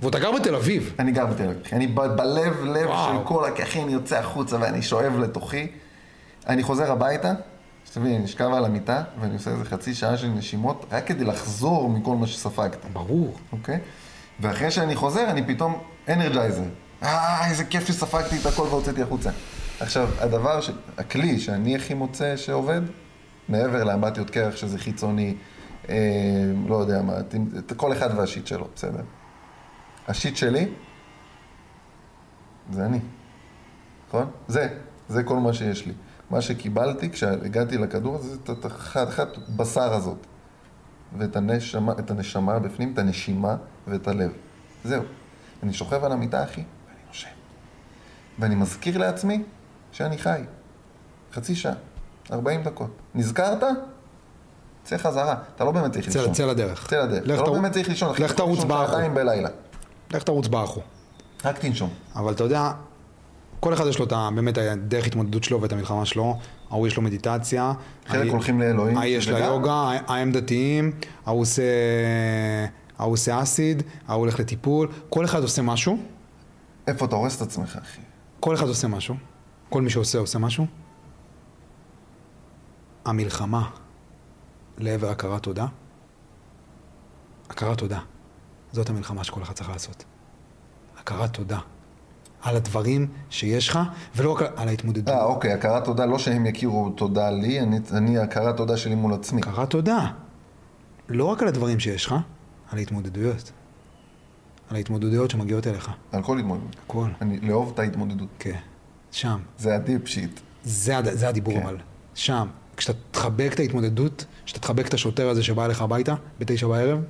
[SPEAKER 1] ואתה גר בתל אביב.
[SPEAKER 2] אני גר בתל אביב. אני ב- בלב לב
[SPEAKER 1] וואו.
[SPEAKER 2] של כל הכי אני יוצא החוצה ואני שואב לתוכי. אני חוזר הביתה, שתבין, אני נשכב על המיטה, ואני עושה איזה חצי שעה של נשימות, רק כדי לחזור מכל מה שספגתי.
[SPEAKER 1] ברור.
[SPEAKER 2] אוקיי? ואחרי שאני חוזר, אני פתאום אנרג'ייזר. אה, איזה כיף שספגתי את הכל והוצאתי החוצה. עכשיו, הדבר, ש... הכלי שאני הכי מוצא שעובד, מעבר לאמבטיות קרח, שזה חיצוני, אה, לא יודע מה, ת- את כל אחד והשיט שלו, בסדר. השיט שלי, זה אני, נכון? זה, זה כל מה שיש לי. מה שקיבלתי כשהגעתי לכדור הזה, זה את החתיכת בשר הזאת. ואת הנשמה, את הנשמה בפנים, את הנשימה ואת הלב. זהו. אני שוכב על המיטה, אחי, ואני נושם. ואני מזכיר לעצמי שאני חי. חצי שעה, 40 דקות. נזכרת? צא חזרה. אתה לא באמת צריך
[SPEAKER 1] צא-
[SPEAKER 2] לישון.
[SPEAKER 1] צא לדרך.
[SPEAKER 2] צא לדרך.
[SPEAKER 1] לך
[SPEAKER 2] אתה לא
[SPEAKER 1] תרוץ-
[SPEAKER 2] באמת צריך לישון, אחי.
[SPEAKER 1] לך
[SPEAKER 2] אתה
[SPEAKER 1] תרוץ
[SPEAKER 2] לישון
[SPEAKER 1] באחו.
[SPEAKER 2] שעתיים בלילה.
[SPEAKER 1] לך תרוץ באחו.
[SPEAKER 2] רק תנשום.
[SPEAKER 1] אבל אתה יודע, כל אחד יש לו את ה... באמת הדרך התמודדות שלו ואת המלחמה שלו. ההוא יש לו מדיטציה.
[SPEAKER 2] חלק
[SPEAKER 1] ההיא-
[SPEAKER 2] הולכים לאלוהים,
[SPEAKER 1] ההיא יש
[SPEAKER 2] שזה
[SPEAKER 1] לה
[SPEAKER 2] גם-
[SPEAKER 1] יוגה, ההיא- ההם דתיים, ההוא עושה... ההוא עושה אסיד, ההוא הולך לטיפול. כל אחד עושה משהו.
[SPEAKER 2] איפה אתה הורס את עצמך, אחי?
[SPEAKER 1] כל אחד עושה משהו. כל מי שעושה, עושה משהו. המלחמה לעבר הכרת תודה, הכרת תודה, זאת המלחמה שכל אחד צריך לעשות. הכרת תודה. על הדברים שיש לך, ולא רק על ההתמודדות.
[SPEAKER 2] אה, אוקיי, הכרת תודה, לא שהם יכירו תודה לי, אני, אני הכרת תודה שלי מול עצמי.
[SPEAKER 1] הכרת תודה. לא רק על הדברים שיש לך, על ההתמודדויות. על ההתמודדויות שמגיעות אליך.
[SPEAKER 2] על כל התמודדות.
[SPEAKER 1] הכל.
[SPEAKER 2] אני, לאהוב את ההתמודדות.
[SPEAKER 1] כן. שם.
[SPEAKER 2] זה הדיפ שיט.
[SPEAKER 1] זה, הד- זה הדיבור
[SPEAKER 2] כן.
[SPEAKER 1] אבל. שם. כשאתה תחבק את ההתמודדות, כשאתה תחבק את השוטר הזה שבא אליך הביתה, בתשע בערב,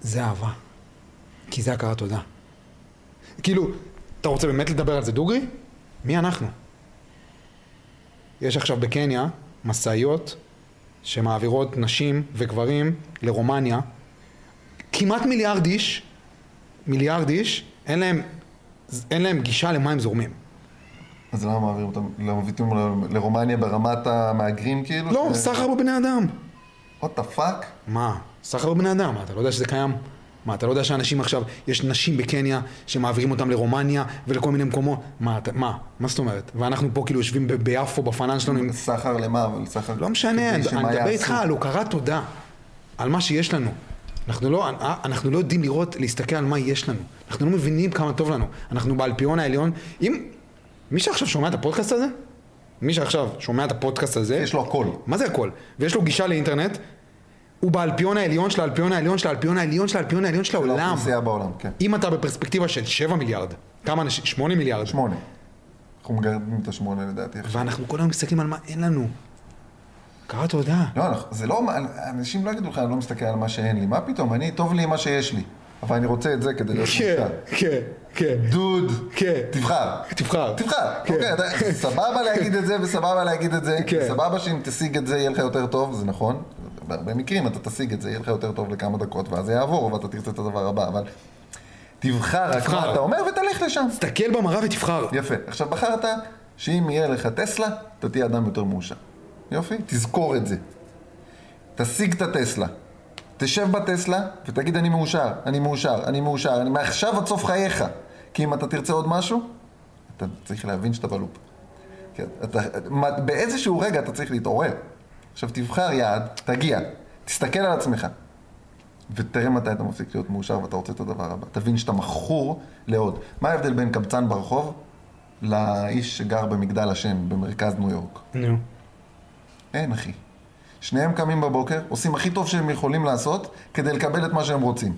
[SPEAKER 1] זה אהבה. כי זה הכרת תודה. כאילו, אתה רוצה באמת לדבר על זה דוגרי? מי אנחנו? יש עכשיו בקניה משאיות שמעבירות נשים וגברים לרומניה. כמעט מיליארד איש, מיליארד איש, אין להם, אין להם גישה למים זורמים.
[SPEAKER 2] אז למה מעבירים אותם, מביאים אותם לרומניה ברמת המהגרים כאילו?
[SPEAKER 1] לא, סחר בבני אדם.
[SPEAKER 2] וואט דה פאק?
[SPEAKER 1] מה? סחר בבני אדם, מה, אתה לא יודע שזה קיים? מה, אתה לא יודע שאנשים עכשיו, יש נשים בקניה שמעבירים אותם לרומניה ולכל מיני מקומות? מה, אתה, מה? מה זאת אומרת? ואנחנו פה כאילו יושבים ב- ביפו, בפנן שלנו עם...
[SPEAKER 2] סחר למה? אבל סחר...
[SPEAKER 1] לא משנה, אני
[SPEAKER 2] כדי שמה
[SPEAKER 1] מדבר
[SPEAKER 2] יעשו?
[SPEAKER 1] איתך על הוקרת תודה, על מה שיש לנו. אנחנו לא, אנחנו לא יודעים לראות, להסתכל על מה יש לנו. אנחנו לא מבינים כמה טוב לנו. אנחנו באלפיון העליון. אם... מי שעכשיו שומע את הפודקאסט הזה, מי שעכשיו שומע את הפודקאסט הזה,
[SPEAKER 2] יש לו הכל.
[SPEAKER 1] מה זה הכל? ויש לו גישה לאינטרנט, הוא באלפיון העליון של האלפיון העליון של האלפיון העליון של האלפיון העליון של העולם.
[SPEAKER 2] לאוכלוסייה בעולם, כן.
[SPEAKER 1] אם אתה בפרספקטיבה של 7 מיליארד, כמה אנשים? 8 מיליארד.
[SPEAKER 2] שמונה. אנחנו מגרדים את השמונה לדעתי. עכשיו.
[SPEAKER 1] ואנחנו כל היום מסתכלים על מה אין לנו. קרא תודה.
[SPEAKER 2] לא, אנחנו- זה לא, אנשים לא יגידו לך, אני לא מסתכל על מה שאין לי. מה פתאום, אני, טוב לי עם מה שיש לי. אבל אני רוצה את זה כדי להיות
[SPEAKER 1] כן,
[SPEAKER 2] מושל.
[SPEAKER 1] כן, כן.
[SPEAKER 2] דוד,
[SPEAKER 1] כן.
[SPEAKER 2] תבחר.
[SPEAKER 1] תבחר.
[SPEAKER 2] תבחר,
[SPEAKER 1] כן.
[SPEAKER 2] אוקיי, אתה- סבבה להגיד את זה וסבבה להגיד את זה,
[SPEAKER 1] כן.
[SPEAKER 2] סבבה שאם תשיג את זה יהיה לך יותר טוב, זה נכון, בהרבה מקרים אתה תשיג את זה, יהיה לך יותר טוב לכמה דקות ואז זה יעבור ואתה תרצה את הדבר הבא, אבל תבחר רק
[SPEAKER 1] תבחר.
[SPEAKER 2] מה אתה אומר ותלך לשם.
[SPEAKER 1] תסתכל במראה ותבחר.
[SPEAKER 2] יפה, עכשיו בחרת שאם יהיה לך טסלה, אתה תהיה אדם יותר מאושר. יופי, תזכור את זה. תשיג את הטסלה. תשב בטסלה ותגיד אני מאושר, אני מאושר, אני מאושר, אני מעכשיו עד סוף חייך. כי אם אתה תרצה עוד משהו, אתה צריך להבין שאתה בלופ. כן, אתה, מה- באיזשהו רגע אתה צריך להתעורר. עכשיו תבחר יעד, תגיע, תסתכל על עצמך. ותראה מתי אתה מפסיק להיות מאושר ואתה רוצה את הדבר הבא. תבין שאתה מכור לעוד. מה ההבדל בין קבצן ברחוב לאיש שגר במגדל השן במרכז ניו יורק?
[SPEAKER 1] נו.
[SPEAKER 2] אין, אחי. שניהם קמים בבוקר, עושים הכי טוב שהם יכולים לעשות כדי לקבל את מה שהם רוצים.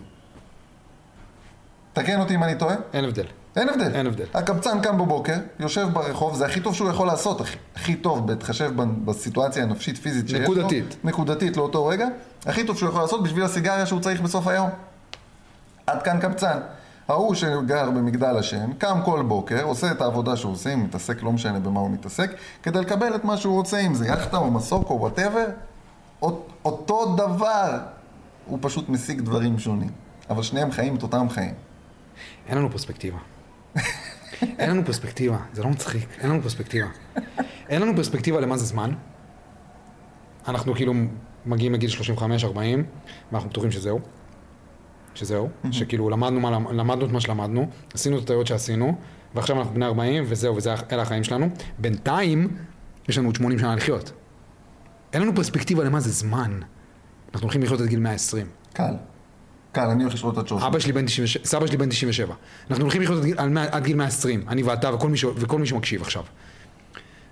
[SPEAKER 2] תקן אותי אם אני טועה.
[SPEAKER 1] אין הבדל.
[SPEAKER 2] אין הבדל.
[SPEAKER 1] אין הבדל.
[SPEAKER 2] הקבצן קם בבוקר, יושב ברחוב, זה הכי טוב שהוא יכול לעשות, הכי, הכי טוב, בהתחשב בנ- בסיטואציה הנפשית פיזית שיש
[SPEAKER 1] נקודתית.
[SPEAKER 2] לו, נקודתית לאותו רגע, הכי טוב שהוא יכול לעשות בשביל הסיגריה שהוא צריך בסוף היום. עד כאן קבצן. ההוא שגר במגדל השן, קם כל בוקר, עושה את העבודה שהוא עושה, אם מתעסק, לא משנה במה הוא מתעסק, כדי לקבל את מה שהוא רוצה, אם זה יכטה או מסוק או וואטאבר, אותו דבר, הוא פשוט משיג דברים שונים. אבל שניהם חיים את אותם חיים.
[SPEAKER 1] אין לנו פרספקטיבה. אין לנו פרספקטיבה, זה לא מצחיק, אין לנו פרספקטיבה. אין לנו פרספקטיבה למה זה זמן. אנחנו כאילו מגיעים לגיל 35-40, ואנחנו בטוחים שזהו. שזהו, שכאילו למדנו, מה, למ- למדנו את מה שלמדנו, עשינו את הטעויות שעשינו, ועכשיו אנחנו בני 40, וזהו, וזה אלה החיים שלנו. בינתיים, יש לנו עוד 80 שנה לחיות. אין לנו פרספקטיבה למה זה זמן. אנחנו הולכים לחיות עד גיל 120.
[SPEAKER 2] קל. קל, אני הולך לשלוט עד שלוש.
[SPEAKER 1] אבא שלי בן 97, סבא שלי בן 97. אנחנו הולכים לחיות עד גיל, על מאה- עד גיל 120, אני ואתה וכל מי, ש, וכל מי שמקשיב עכשיו.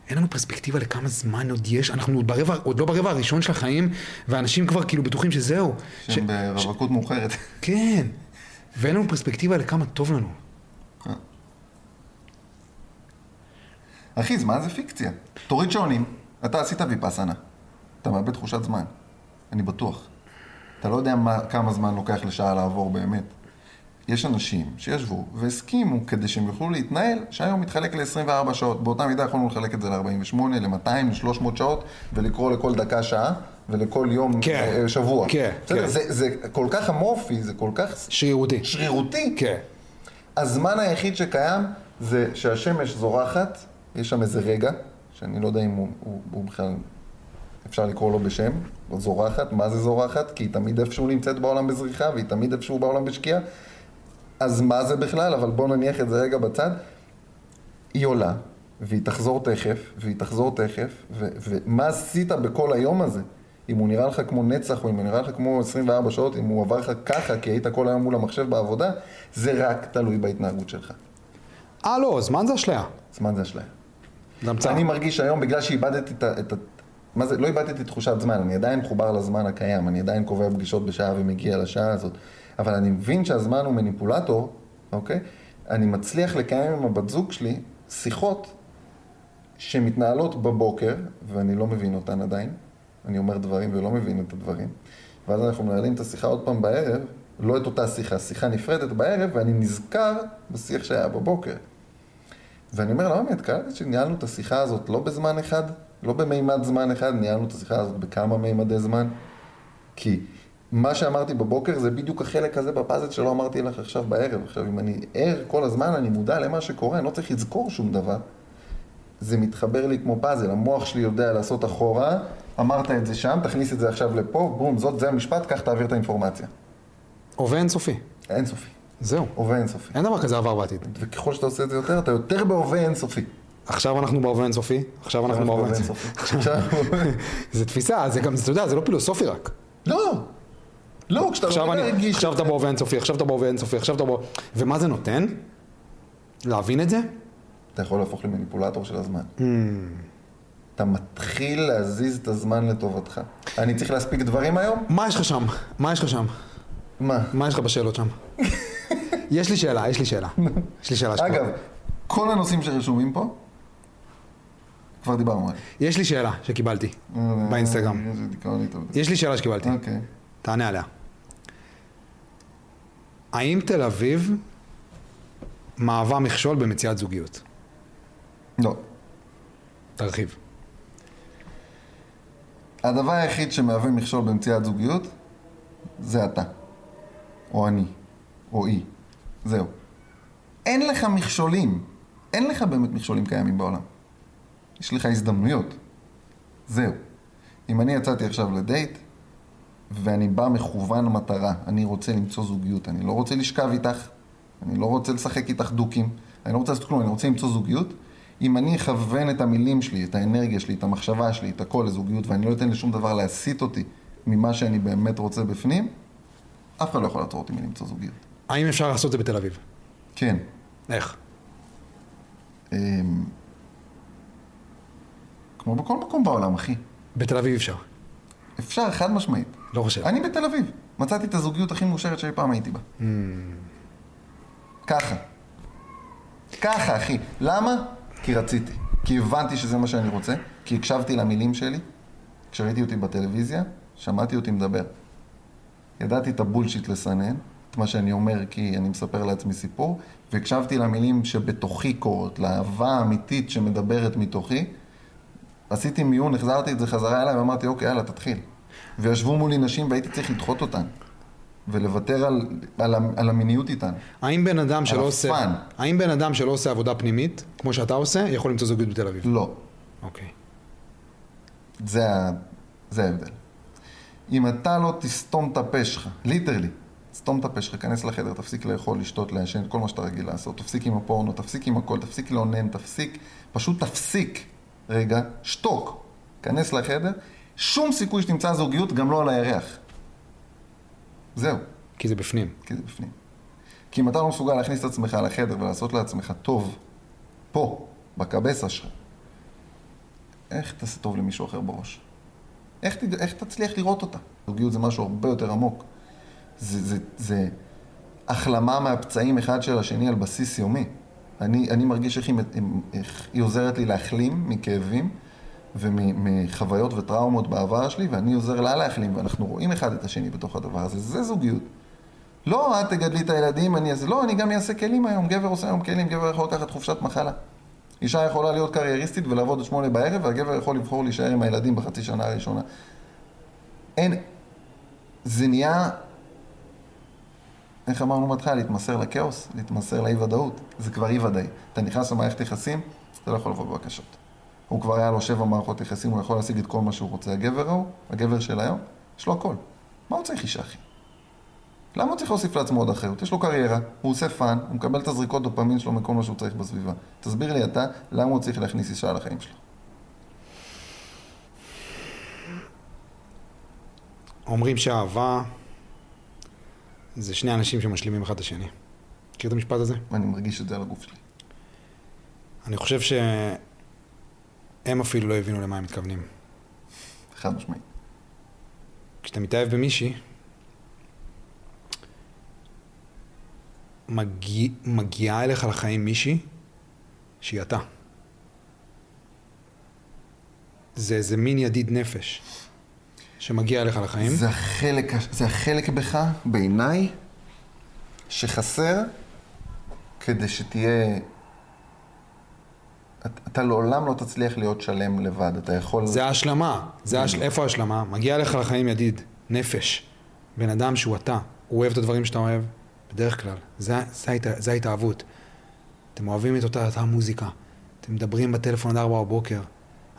[SPEAKER 1] אין לנו פרספקטיבה לכמה זמן עוד יש, אנחנו עוד, ברבע, עוד לא ברבע הראשון של החיים, ואנשים כבר כאילו בטוחים שזהו.
[SPEAKER 2] שהם ברווקות מאוחרת.
[SPEAKER 1] כן, ואין לנו פרספקטיבה לכמה טוב לנו.
[SPEAKER 2] אחי, זמן זה פיקציה. תוריד שעונים, אתה עשית ויפאסנה. אתה מאבד תחושת זמן. אני בטוח. אתה לא יודע מה, כמה זמן לוקח לשעה לעבור באמת. יש אנשים שישבו והסכימו כדי שהם יוכלו להתנהל, שהיום מתחלק ל-24 שעות. באותה מידה יכולנו לחלק את זה ל-48, ל-200, ל-300 שעות, ולקרוא לכל דקה שעה, ולכל יום
[SPEAKER 1] כן.
[SPEAKER 2] אה, שבוע.
[SPEAKER 1] כן,
[SPEAKER 2] בסדר?
[SPEAKER 1] כן.
[SPEAKER 2] זה, זה כל כך המורפי, זה כל כך
[SPEAKER 1] שרירותי.
[SPEAKER 2] שרירותי.
[SPEAKER 1] כן.
[SPEAKER 2] הזמן היחיד שקיים זה שהשמש זורחת, יש שם איזה רגע, שאני לא יודע אם הוא, הוא, הוא בכלל, אפשר לקרוא לו בשם, זורחת, מה זה זורחת? כי היא תמיד איפשהו נמצאת בעולם בזריחה, והיא תמיד איפשהו בעולם בשקיעה. אז מה זה בכלל? אבל בואו נניח את זה רגע בצד. היא עולה, והיא תחזור תכף, והיא תחזור תכף, ו- ומה עשית בכל היום הזה? אם הוא נראה לך כמו נצח, או אם הוא נראה לך כמו 24 שעות, אם הוא עבר לך ככה, כי היית כל היום מול המחשב בעבודה, זה רק תלוי בהתנהגות שלך.
[SPEAKER 1] אה לא, זמן זה אשליה.
[SPEAKER 2] זמן זה אשליה.
[SPEAKER 1] זה המצאה.
[SPEAKER 2] אני מרגיש היום, בגלל שאיבדתי את ה... את ה... מה זה, לא איבדתי תחושת זמן, אני עדיין מחובר לזמן הקיים, אני עדיין קובע פגישות בשעה ומגיע לשעה הזאת, אבל אני מבין שהזמן הוא מניפולטור, אוקיי? אני מצליח לקיים עם הבת זוג שלי שיחות שמתנהלות בבוקר, ואני לא מבין אותן עדיין, אני אומר דברים ולא מבין את הדברים, ואז אנחנו מנהלים את השיחה עוד פעם בערב, לא את אותה שיחה, שיחה נפרדת בערב, ואני נזכר בשיח שהיה בבוקר. ואני אומר, למה באמת קלטת שניהלנו את השיחה הזאת לא בזמן אחד, לא במימד זמן אחד, ניהלנו את השיחה הזאת בכמה מימדי זמן? כי מה שאמרתי בבוקר זה בדיוק החלק הזה בפאזל שלא אמרתי לך עכשיו בערב. עכשיו, אם אני ער כל הזמן, אני מודע למה שקורה, אני לא צריך לזכור שום דבר. זה מתחבר לי כמו פאזל, המוח שלי יודע לעשות אחורה, אמרת את זה שם, תכניס את זה עכשיו לפה, בום, זאת, זה המשפט, כך תעביר את האינפורמציה.
[SPEAKER 1] הווה אינסופי.
[SPEAKER 2] אינסופי,
[SPEAKER 1] זהו.
[SPEAKER 2] הווה אינסופי.
[SPEAKER 1] אין דבר כזה עבר ועתיד.
[SPEAKER 2] וככל שאתה עושה את זה יותר, אתה יותר בהווה אינסופי.
[SPEAKER 1] עכשיו אנחנו בהווה אינסופי, עכשיו אנחנו בהווה אינסופי.
[SPEAKER 2] עכשיו-
[SPEAKER 1] זה תפיסה, זה גם, אתה יודע, זה לא פילוסופי רק.
[SPEAKER 2] לא, לא, כשאתה
[SPEAKER 1] עכשיו
[SPEAKER 2] לומד
[SPEAKER 1] אני,
[SPEAKER 2] להרגיש-
[SPEAKER 1] עכשיו אתה בהווה אינסופי, עכשיו אתה בהווה אינסופי, עכשיו אתה בהווה... ומה זה נותן? להבין את זה?
[SPEAKER 2] אתה יכול להפוך למניפולטור של הזמן.
[SPEAKER 1] Hmm.
[SPEAKER 2] אתה מתחיל להזיז את הזמן לטובתך. אני צריך להספיק דברים היום?
[SPEAKER 1] מה יש לך שם? מה יש לך שם?
[SPEAKER 2] מה?
[SPEAKER 1] מה יש לך בשאלות שם? יש לי שאלה, יש לי שאלה. יש לי שאלה. שכבר-
[SPEAKER 2] אגב, כל הנושאים שרשומים פה, כבר דיברנו עליהם.
[SPEAKER 1] יש לי שאלה שקיבלתי באינסטגרם.
[SPEAKER 2] אה, זה דיכאון לי טוב.
[SPEAKER 1] יש לי שאלה שקיבלתי,
[SPEAKER 2] אוקיי.
[SPEAKER 1] תענה עליה. האם תל אביב מהווה מכשול במציאת זוגיות?
[SPEAKER 2] לא.
[SPEAKER 1] תרחיב.
[SPEAKER 2] הדבר היחיד שמהווה מכשול במציאת זוגיות, זה אתה. או אני. או היא. זהו. אין לך מכשולים. אין לך באמת מכשולים קיימים בעולם. יש לך הזדמנויות. זהו. אם אני יצאתי עכשיו לדייט, ואני בא מכוון מטרה, אני רוצה למצוא זוגיות, אני לא רוצה לשכב איתך, אני לא רוצה לשחק איתך דוקים, אני לא רוצה לעשות כלום, אני רוצה למצוא זוגיות. אם אני אכוון את המילים שלי, את האנרגיה שלי, את המחשבה שלי, את הכל לזוגיות, ואני לא אתן לשום דבר להסיט אותי ממה שאני באמת רוצה בפנים, אף אחד לא יכול לעצור אותי מלמצוא זוגיות.
[SPEAKER 1] האם אפשר לעשות את זה בתל אביב?
[SPEAKER 2] כן.
[SPEAKER 1] איך?
[SPEAKER 2] אמ, כמו בכל מקום בעולם, אחי.
[SPEAKER 1] בתל אביב אפשר.
[SPEAKER 2] אפשר, חד משמעית.
[SPEAKER 1] לא חושב.
[SPEAKER 2] אני בתל אביב. מצאתי את הזוגיות הכי מאושרת שאי פעם הייתי בה. ככה. ככה, אחי. למה? כי רציתי. כי הבנתי שזה מה שאני רוצה. כי הקשבתי למילים שלי. כשראיתי אותי בטלוויזיה, שמעתי אותי מדבר. ידעתי את הבולשיט לסנן, את מה שאני אומר כי אני מספר לעצמי סיפור, והקשבתי למילים שבתוכי קורות, לאהבה האמיתית שמדברת מתוכי. עשיתי מיון, החזרתי את זה חזרה אליי ואמרתי, אוקיי, יאללה, תתחיל. וישבו מולי נשים והייתי צריך לדחות אותן. ולוותר על, על, ה- על המיניות איתן.
[SPEAKER 1] האם בן אדם שלא עושה...
[SPEAKER 2] הפאן.
[SPEAKER 1] האם בן אדם שלא עושה עבודה פנימית, כמו שאתה עושה, יכול למצוא זוגיות בתל אביב?
[SPEAKER 2] לא.
[SPEAKER 1] אוקיי.
[SPEAKER 2] זה, ה- זה ההבדל. אם אתה לא תסתום את הפה שלך, ליטרלי, תסתום את הפה שלך, כנס לחדר, תפסיק לאכול, לשתות, לעשן, כל מה שאתה רגיל לעשות, תפסיק עם הפורנו, תפסיק עם הכל, תפסיק לאונן, תפסיק, פשוט תפסיק רגע, שתוק, כנס לחדר, שום סיכוי שתמצא זוגיות, גם לא על הירח. זהו.
[SPEAKER 1] כי זה בפנים.
[SPEAKER 2] כי זה כן, בפנים. כי אם אתה לא מסוגל להכניס את עצמך לחדר ולעשות לעצמך טוב, פה, בקבסה שלך, איך תעשה טוב למישהו אחר בראש? איך, תד... איך תצליח לראות אותה? זוגיות זה משהו הרבה יותר עמוק. זה, זה, זה החלמה מהפצעים אחד של השני על בסיס יומי. אני, אני מרגיש איך היא, מת- איך היא עוזרת לי להחלים מכאבים ומחוויות וטראומות בעבר שלי, ואני עוזר לה להחלים, ואנחנו רואים אחד את השני בתוך הדבר הזה. זה זוגיות. לא, את תגדלי את הילדים, אני אעשה... לא, אני גם אעשה כלים היום. גבר עושה היום כלים, גבר יכול לקחת חופשת מחלה. אישה יכולה להיות קרייריסטית ולעבוד עד שמונה בערב, והגבר יכול לבחור להישאר עם הילדים בחצי שנה הראשונה. אין... זה נהיה... איך אמרנו בהתחלה? להתמסר לכאוס, להתמסר לאי-ודאות. זה כבר אי-ודאי. אתה נכנס למערכת יחסים, אתה לא יכול לבוא בבקשות. הוא כבר היה לו שבע מערכות יחסים, הוא יכול להשיג את כל מה שהוא רוצה. הגבר ההוא, הגבר של היום, יש לו הכל. מה הוא צריך אישה, אחי? למה הוא צריך להוסיף לעצמו עוד אחריות? יש לו קריירה, הוא עושה פאן, הוא מקבל את הזריקות דופמין שלו מכל מה שהוא צריך בסביבה. תסביר לי אתה, למה הוא צריך להכניס אישה לחיים שלו?
[SPEAKER 1] אומרים שאהבה זה שני אנשים שמשלימים אחד את השני. מכיר את המשפט הזה?
[SPEAKER 2] אני מרגיש את זה על הגוף שלי.
[SPEAKER 1] אני חושב שהם אפילו לא הבינו למה הם מתכוונים.
[SPEAKER 2] חד משמעית.
[SPEAKER 1] כשאתה מתאהב במישהי, מגיע, מגיעה אליך לחיים מישהי שהיא אתה. זה איזה מין ידיד נפש שמגיע אליך לחיים.
[SPEAKER 2] זה החלק, הש- זה החלק בך, בעיניי, שחסר כדי שתהיה אתה לעולם לא תצליח להיות שלם לבד, אתה יכול...
[SPEAKER 1] זה ההשלמה. זה הש... איפה ההשלמה? מגיע לך לחיים ידיד, נפש. בן אדם שהוא אתה, הוא אוהב את הדברים שאתה אוהב, בדרך כלל. זה, זה, ההת... זה ההתאהבות. אתם אוהבים את אותה, אותה מוזיקה, אתם מדברים בטלפון עד 4 בבוקר,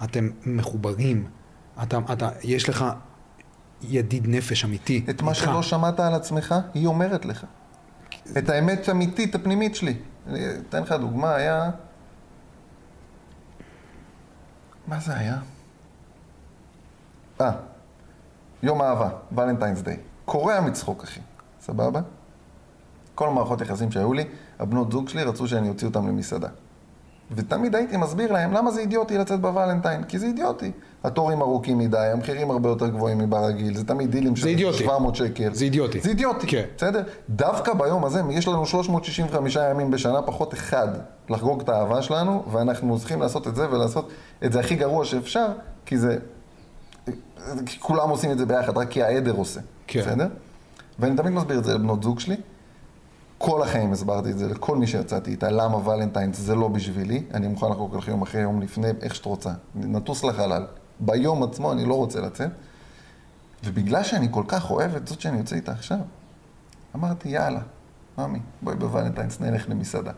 [SPEAKER 1] אתם מחוברים, אתה, אתה, יש לך ידיד נפש אמיתי.
[SPEAKER 2] את מה
[SPEAKER 1] איתך.
[SPEAKER 2] שלא שמעת על עצמך, היא אומרת לך. את האמת האמיתית, הפנימית שלי. אני אתן לך דוגמה, היה... מה זה היה? אה, יום אהבה, ולנטיינס דיי. קורע מצחוק, אחי. סבבה? כל המערכות יחסים שהיו לי, הבנות זוג שלי רצו שאני אוציא אותם למסעדה. ותמיד הייתי מסביר להם למה זה אידיוטי לצאת בוולנטיין, כי זה אידיוטי. התורים ארוכים מדי, המחירים הרבה יותר גבוהים מבר רגיל, זה תמיד דילים
[SPEAKER 1] זה
[SPEAKER 2] של
[SPEAKER 1] אידיוטי.
[SPEAKER 2] 700 שקל.
[SPEAKER 1] זה אידיוטי.
[SPEAKER 2] זה אידיוטי,
[SPEAKER 1] כן.
[SPEAKER 2] בסדר? דווקא ביום הזה, יש לנו 365 ימים בשנה, פחות אחד, לחגוג את האהבה שלנו, ואנחנו צריכים לעשות את זה ולעשות את זה הכי גרוע שאפשר, כי זה... כי כולם עושים את זה ביחד, רק כי העדר עושה,
[SPEAKER 1] כן.
[SPEAKER 2] בסדר? ואני תמיד מסביר את זה לבנות זוג שלי, כל החיים הסברתי את זה לכל מי שיצאתי איתה, למה ולנטיינס זה לא בשבילי, אני מוכן לחגוג לך יום אחרי, יום לפני, איך שאת רוצה, נטוס לחלל. ביום עצמו אני לא רוצה לצאת, ובגלל שאני כל כך אוהב את זאת שאני יוצא איתה עכשיו, אמרתי, יאללה, ממי, בואי בוולנטיינס נלך למסעדה.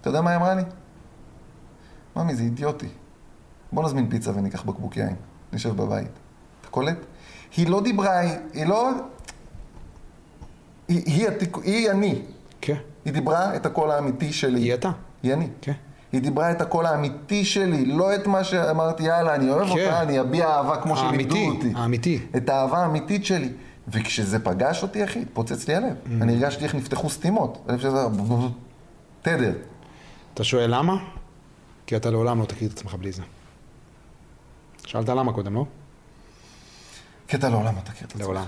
[SPEAKER 2] אתה יודע מה היא אמרה לי? ממי, זה אידיוטי. בוא נזמין פיצה וניקח בקבוק יין, נשב בבית. אתה קולט? היא לא דיברה, היא, היא לא... היא, היא, התיק... היא אני,
[SPEAKER 1] כן,
[SPEAKER 2] היא דיברה את הקול האמיתי שלי.
[SPEAKER 1] היא אתה.
[SPEAKER 2] היא אני.
[SPEAKER 1] כן.
[SPEAKER 2] היא דיברה את הקול האמיתי שלי, לא את מה שאמרתי, יאללה, אני אוהב
[SPEAKER 1] כן.
[SPEAKER 2] אותה, אני אביע אהבה כמו שלימדו
[SPEAKER 1] האמיתי,
[SPEAKER 2] אותי.
[SPEAKER 1] האמיתי.
[SPEAKER 2] את האהבה האמיתית שלי. וכשזה פגש אותי, אחי, התפוצץ לי הלב. אני הרגשתי איך נפתחו סתימות. אני חושב שזה... תדר.
[SPEAKER 1] אתה שואל למה? כי אתה לעולם לא תכיר את עצמך בלי זה. שאלת למה קודם, לא?
[SPEAKER 2] כי אתה לעולם לא תכיר את עצמך.
[SPEAKER 1] לעולם.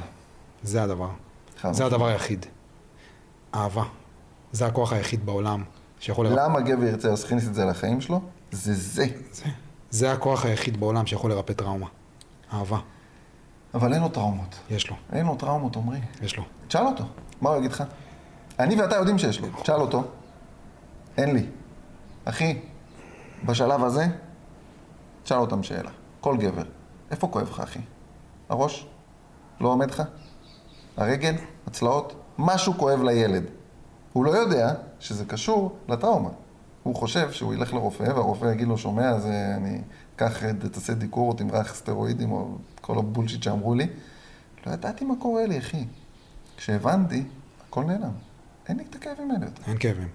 [SPEAKER 1] זה הדבר.
[SPEAKER 2] חד
[SPEAKER 1] זה
[SPEAKER 2] משמעית.
[SPEAKER 1] הדבר היחיד. אהבה. זה הכוח היחיד בעולם שיכול לרפא.
[SPEAKER 2] למה גבר ירצה להכניס את זה לחיים שלו? זה זה.
[SPEAKER 1] זה הכוח היחיד בעולם שיכול לרפא טראומה. אהבה.
[SPEAKER 2] אבל אין לו טראומות.
[SPEAKER 1] יש לו.
[SPEAKER 2] אין לו טראומות, עמרי.
[SPEAKER 1] יש לו.
[SPEAKER 2] תשאל אותו, מה הוא יגיד לך? אני ואתה יודעים שיש לו, תשאל אותו. אין לי. אחי, בשלב הזה, תשאל אותם שאלה. כל גבר, איפה כואב לך, אחי? הראש? לא עומד לך? הרגל? הצלעות? משהו כואב לילד. הוא לא יודע שזה קשור לטראומה. הוא חושב שהוא ילך לרופא, והרופא יגיד לו, שומע, זה אני... קח, אה, תעשה דיקור או תמרח סטרואידים או כל הבולשיט שאמרו לי. לא ידעתי מה קורה לי, אחי. כשהבנתי, הכל נעלם. אין לי את הכאבים האלה יותר.
[SPEAKER 1] אין כאבים.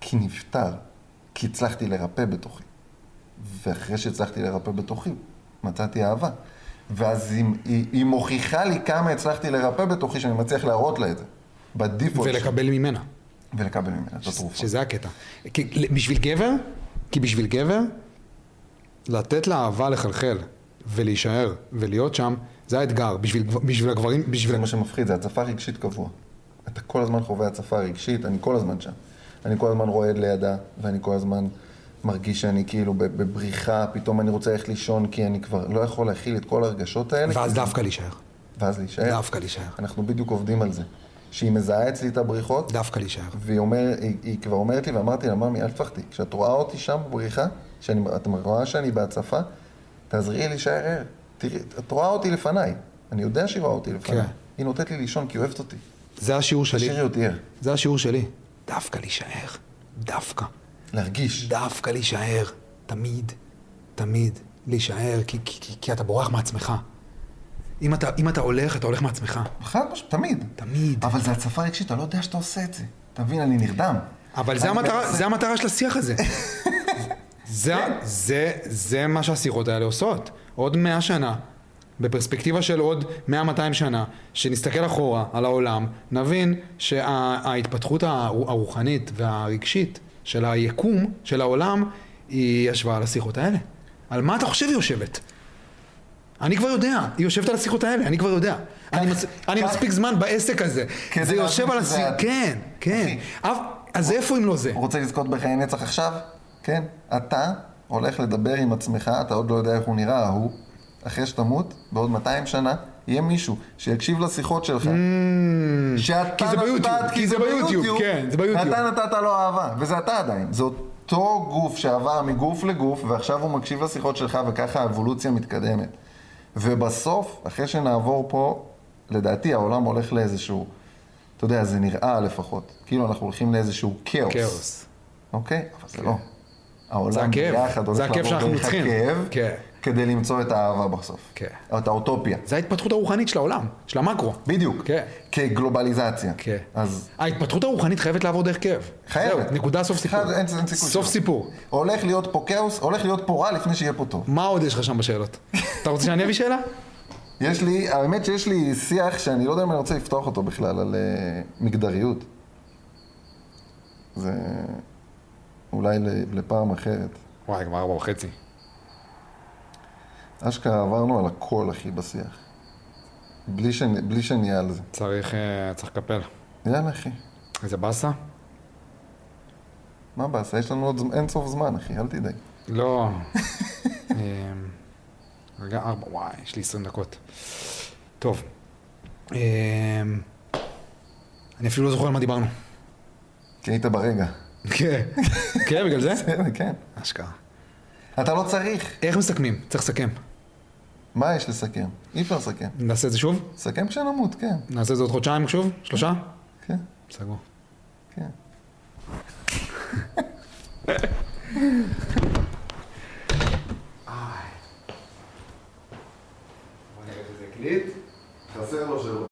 [SPEAKER 2] כי נפטר, כי הצלחתי לרפא בתוכי. ואחרי שהצלחתי לרפא בתוכי, מצאתי אהבה. ואז היא, היא, היא מוכיחה לי כמה הצלחתי לרפא בתוכי, שאני מצליח להראות לה את זה. בדיפולט.
[SPEAKER 1] ולקבל ממנה.
[SPEAKER 2] שלי. ולקבל ממנה את התרופה.
[SPEAKER 1] שזה הקטע. כי בשביל גבר, כי בשביל גבר, לתת לאהבה לחלחל ולהישאר ולהיות שם, זה האתגר. בשביל, גב- בשביל הגברים, בשביל...
[SPEAKER 2] זה מה שמפחיד, זה הצפה רגשית קבוע. אתה כל הזמן חווה הצפה רגשית, אני כל הזמן שם. אני כל הזמן רועד לידה, ואני כל הזמן מרגיש שאני כאילו בב- בבריחה, פתאום אני רוצה ללכת לישון כי אני כבר לא יכול להכיל את כל הרגשות האלה.
[SPEAKER 1] ואז דווקא להישאר.
[SPEAKER 2] ואז להישאר.
[SPEAKER 1] דווקא להישאר.
[SPEAKER 2] אנחנו בדיוק עובדים על זה. שהיא מזהה אצלי את הבריחות,
[SPEAKER 1] דווקא להישאר.
[SPEAKER 2] והיא אומר, היא, היא כבר אומרת לי, ואמרתי לה, ממי, אל תפחדי. כשאת רואה אותי שם בבריחה, כשאת רואה שאני בהצפה, תעזרי לי להישאר ער. תראי, את רואה אותי לפניי. אני יודע שהיא רואה אותי לפניי.
[SPEAKER 1] כן.
[SPEAKER 2] היא נותנת לי לישון כי היא אוהבת אותי.
[SPEAKER 1] זה השיעור שלי.
[SPEAKER 2] תשאירי אותי ער.
[SPEAKER 1] זה השיעור שלי. דווקא להישאר. דווקא.
[SPEAKER 2] להרגיש.
[SPEAKER 1] דווקא להישאר. תמיד. תמיד. להישאר, כי, כי, כי, כי אתה בורח מעצמך. אם אתה, אם אתה הולך, אתה הולך מעצמך.
[SPEAKER 2] חד משמעית, תמיד.
[SPEAKER 1] תמיד.
[SPEAKER 2] אבל זה הצפה רגשית, אתה לא יודע שאתה עושה את זה. אתה מבין, אני נרדם.
[SPEAKER 1] אבל זה
[SPEAKER 2] אני
[SPEAKER 1] המטרה,
[SPEAKER 2] מנסה-
[SPEAKER 1] זה המטרה של השיח הזה. זה, זה, זה מה שהשיחות האלה עושות. עוד מאה שנה, בפרספקטיבה של עוד מאה, מאתיים שנה, שנסתכל אחורה על העולם, נבין שההתפתחות הרוחנית והרגשית של היקום, של העולם, היא ישבה על השיחות האלה. על מה אתה חושב היא יושבת? אני כבר יודע, היא יושבת על השיחות האלה, אני כבר יודע. אני, מצ... אני
[SPEAKER 2] כך-
[SPEAKER 1] מספיק זמן בעסק הזה.
[SPEAKER 2] כדי
[SPEAKER 1] זה יושב
[SPEAKER 2] להבין
[SPEAKER 1] על
[SPEAKER 2] שזה
[SPEAKER 1] השיחות,
[SPEAKER 2] את.
[SPEAKER 1] כן, כן. אף... אז איפה אם לא זה?
[SPEAKER 2] רוצה לזכות בחיי נצח עכשיו? כן. אתה הולך לדבר עם עצמך, אתה עוד לא יודע איך הוא נראה, ההוא. אחרי שתמות, בעוד 200 שנה, יהיה מישהו שיקשיב לשיחות שלך. שאתה
[SPEAKER 1] Mm. כי זה
[SPEAKER 2] נתת-
[SPEAKER 1] ביוטיוב, כי זה ביוטיוב, כן, זה ביוטיוב.
[SPEAKER 2] אתה נתת לו אהבה, וזה אתה עדיין. זה אותו גוף שעבר מגוף לגוף, ועכשיו הוא מקשיב לשיחות שלך, וככה האבולוציה מתקדמת. ובסוף, אחרי שנעבור פה, לדעתי העולם הולך לאיזשהו, אתה יודע, זה נראה לפחות, כאילו אנחנו הולכים לאיזשהו כאוס.
[SPEAKER 1] כאוס.
[SPEAKER 2] אוקיי? אבל זה
[SPEAKER 1] כן.
[SPEAKER 2] לא.
[SPEAKER 1] זה
[SPEAKER 2] העולם
[SPEAKER 1] הכאב.
[SPEAKER 2] ביחד
[SPEAKER 1] זה
[SPEAKER 2] הולך
[SPEAKER 1] הכאב
[SPEAKER 2] לעבור
[SPEAKER 1] שאנחנו
[SPEAKER 2] דרך
[SPEAKER 1] צריכים.
[SPEAKER 2] הכאב,
[SPEAKER 1] כן.
[SPEAKER 2] כדי למצוא את האהבה בסוף.
[SPEAKER 1] כן.
[SPEAKER 2] או את האוטופיה.
[SPEAKER 1] זה ההתפתחות הרוחנית של העולם, של המקרו.
[SPEAKER 2] בדיוק.
[SPEAKER 1] כן.
[SPEAKER 2] כגלובליזציה.
[SPEAKER 1] כן.
[SPEAKER 2] אז
[SPEAKER 1] ההתפתחות הרוחנית חייבת לעבור דרך כאב.
[SPEAKER 2] חייבת.
[SPEAKER 1] זהו, נקודה סוף סיפור.
[SPEAKER 2] חייב- אין- אין סיכוי
[SPEAKER 1] סוף
[SPEAKER 2] שלא.
[SPEAKER 1] סיפור.
[SPEAKER 2] הולך להיות פה כאוס, הולך להיות פה רע לפני שיהיה פה טוב.
[SPEAKER 1] מה עוד יש לך שם בשאלות? אתה רוצה שאני אביא שאלה?
[SPEAKER 2] יש לי, האמת שיש לי שיח שאני לא יודע אם אני רוצה לפתוח אותו בכלל, על אה, מגדריות. זה אולי ל- לפעם אחרת.
[SPEAKER 1] וואי, כבר ארבע וחצי.
[SPEAKER 2] אשכרה עברנו על הכל, אחי, בשיח. בלי, שנ... בלי שנהיה על זה.
[SPEAKER 1] צריך, אה, צריך לקפל.
[SPEAKER 2] יאללה, אחי.
[SPEAKER 1] איזה באסה?
[SPEAKER 2] מה הבאסה? יש לנו עוד ז... אין סוף זמן, אחי, אל תדאג.
[SPEAKER 1] לא. אמ, רגע, ארבע, וואי, יש לי עשרים דקות. טוב. אמ, אני אפילו לא זוכר על מה דיברנו.
[SPEAKER 2] כי היית ברגע.
[SPEAKER 1] כן. כן, בגלל זה?
[SPEAKER 2] בסדר, כן.
[SPEAKER 1] אשכרה.
[SPEAKER 2] אתה לא צריך.
[SPEAKER 1] איך מסכמים? צריך לסכם.
[SPEAKER 2] מה יש לסכם? אי אפשר לסכם.
[SPEAKER 1] נעשה את זה שוב?
[SPEAKER 2] סכם כשנמות, כן.
[SPEAKER 1] נעשה את זה עוד חודשיים שוב? שלושה?
[SPEAKER 2] כן,
[SPEAKER 1] סגור.
[SPEAKER 2] כן. חסר לו שלו.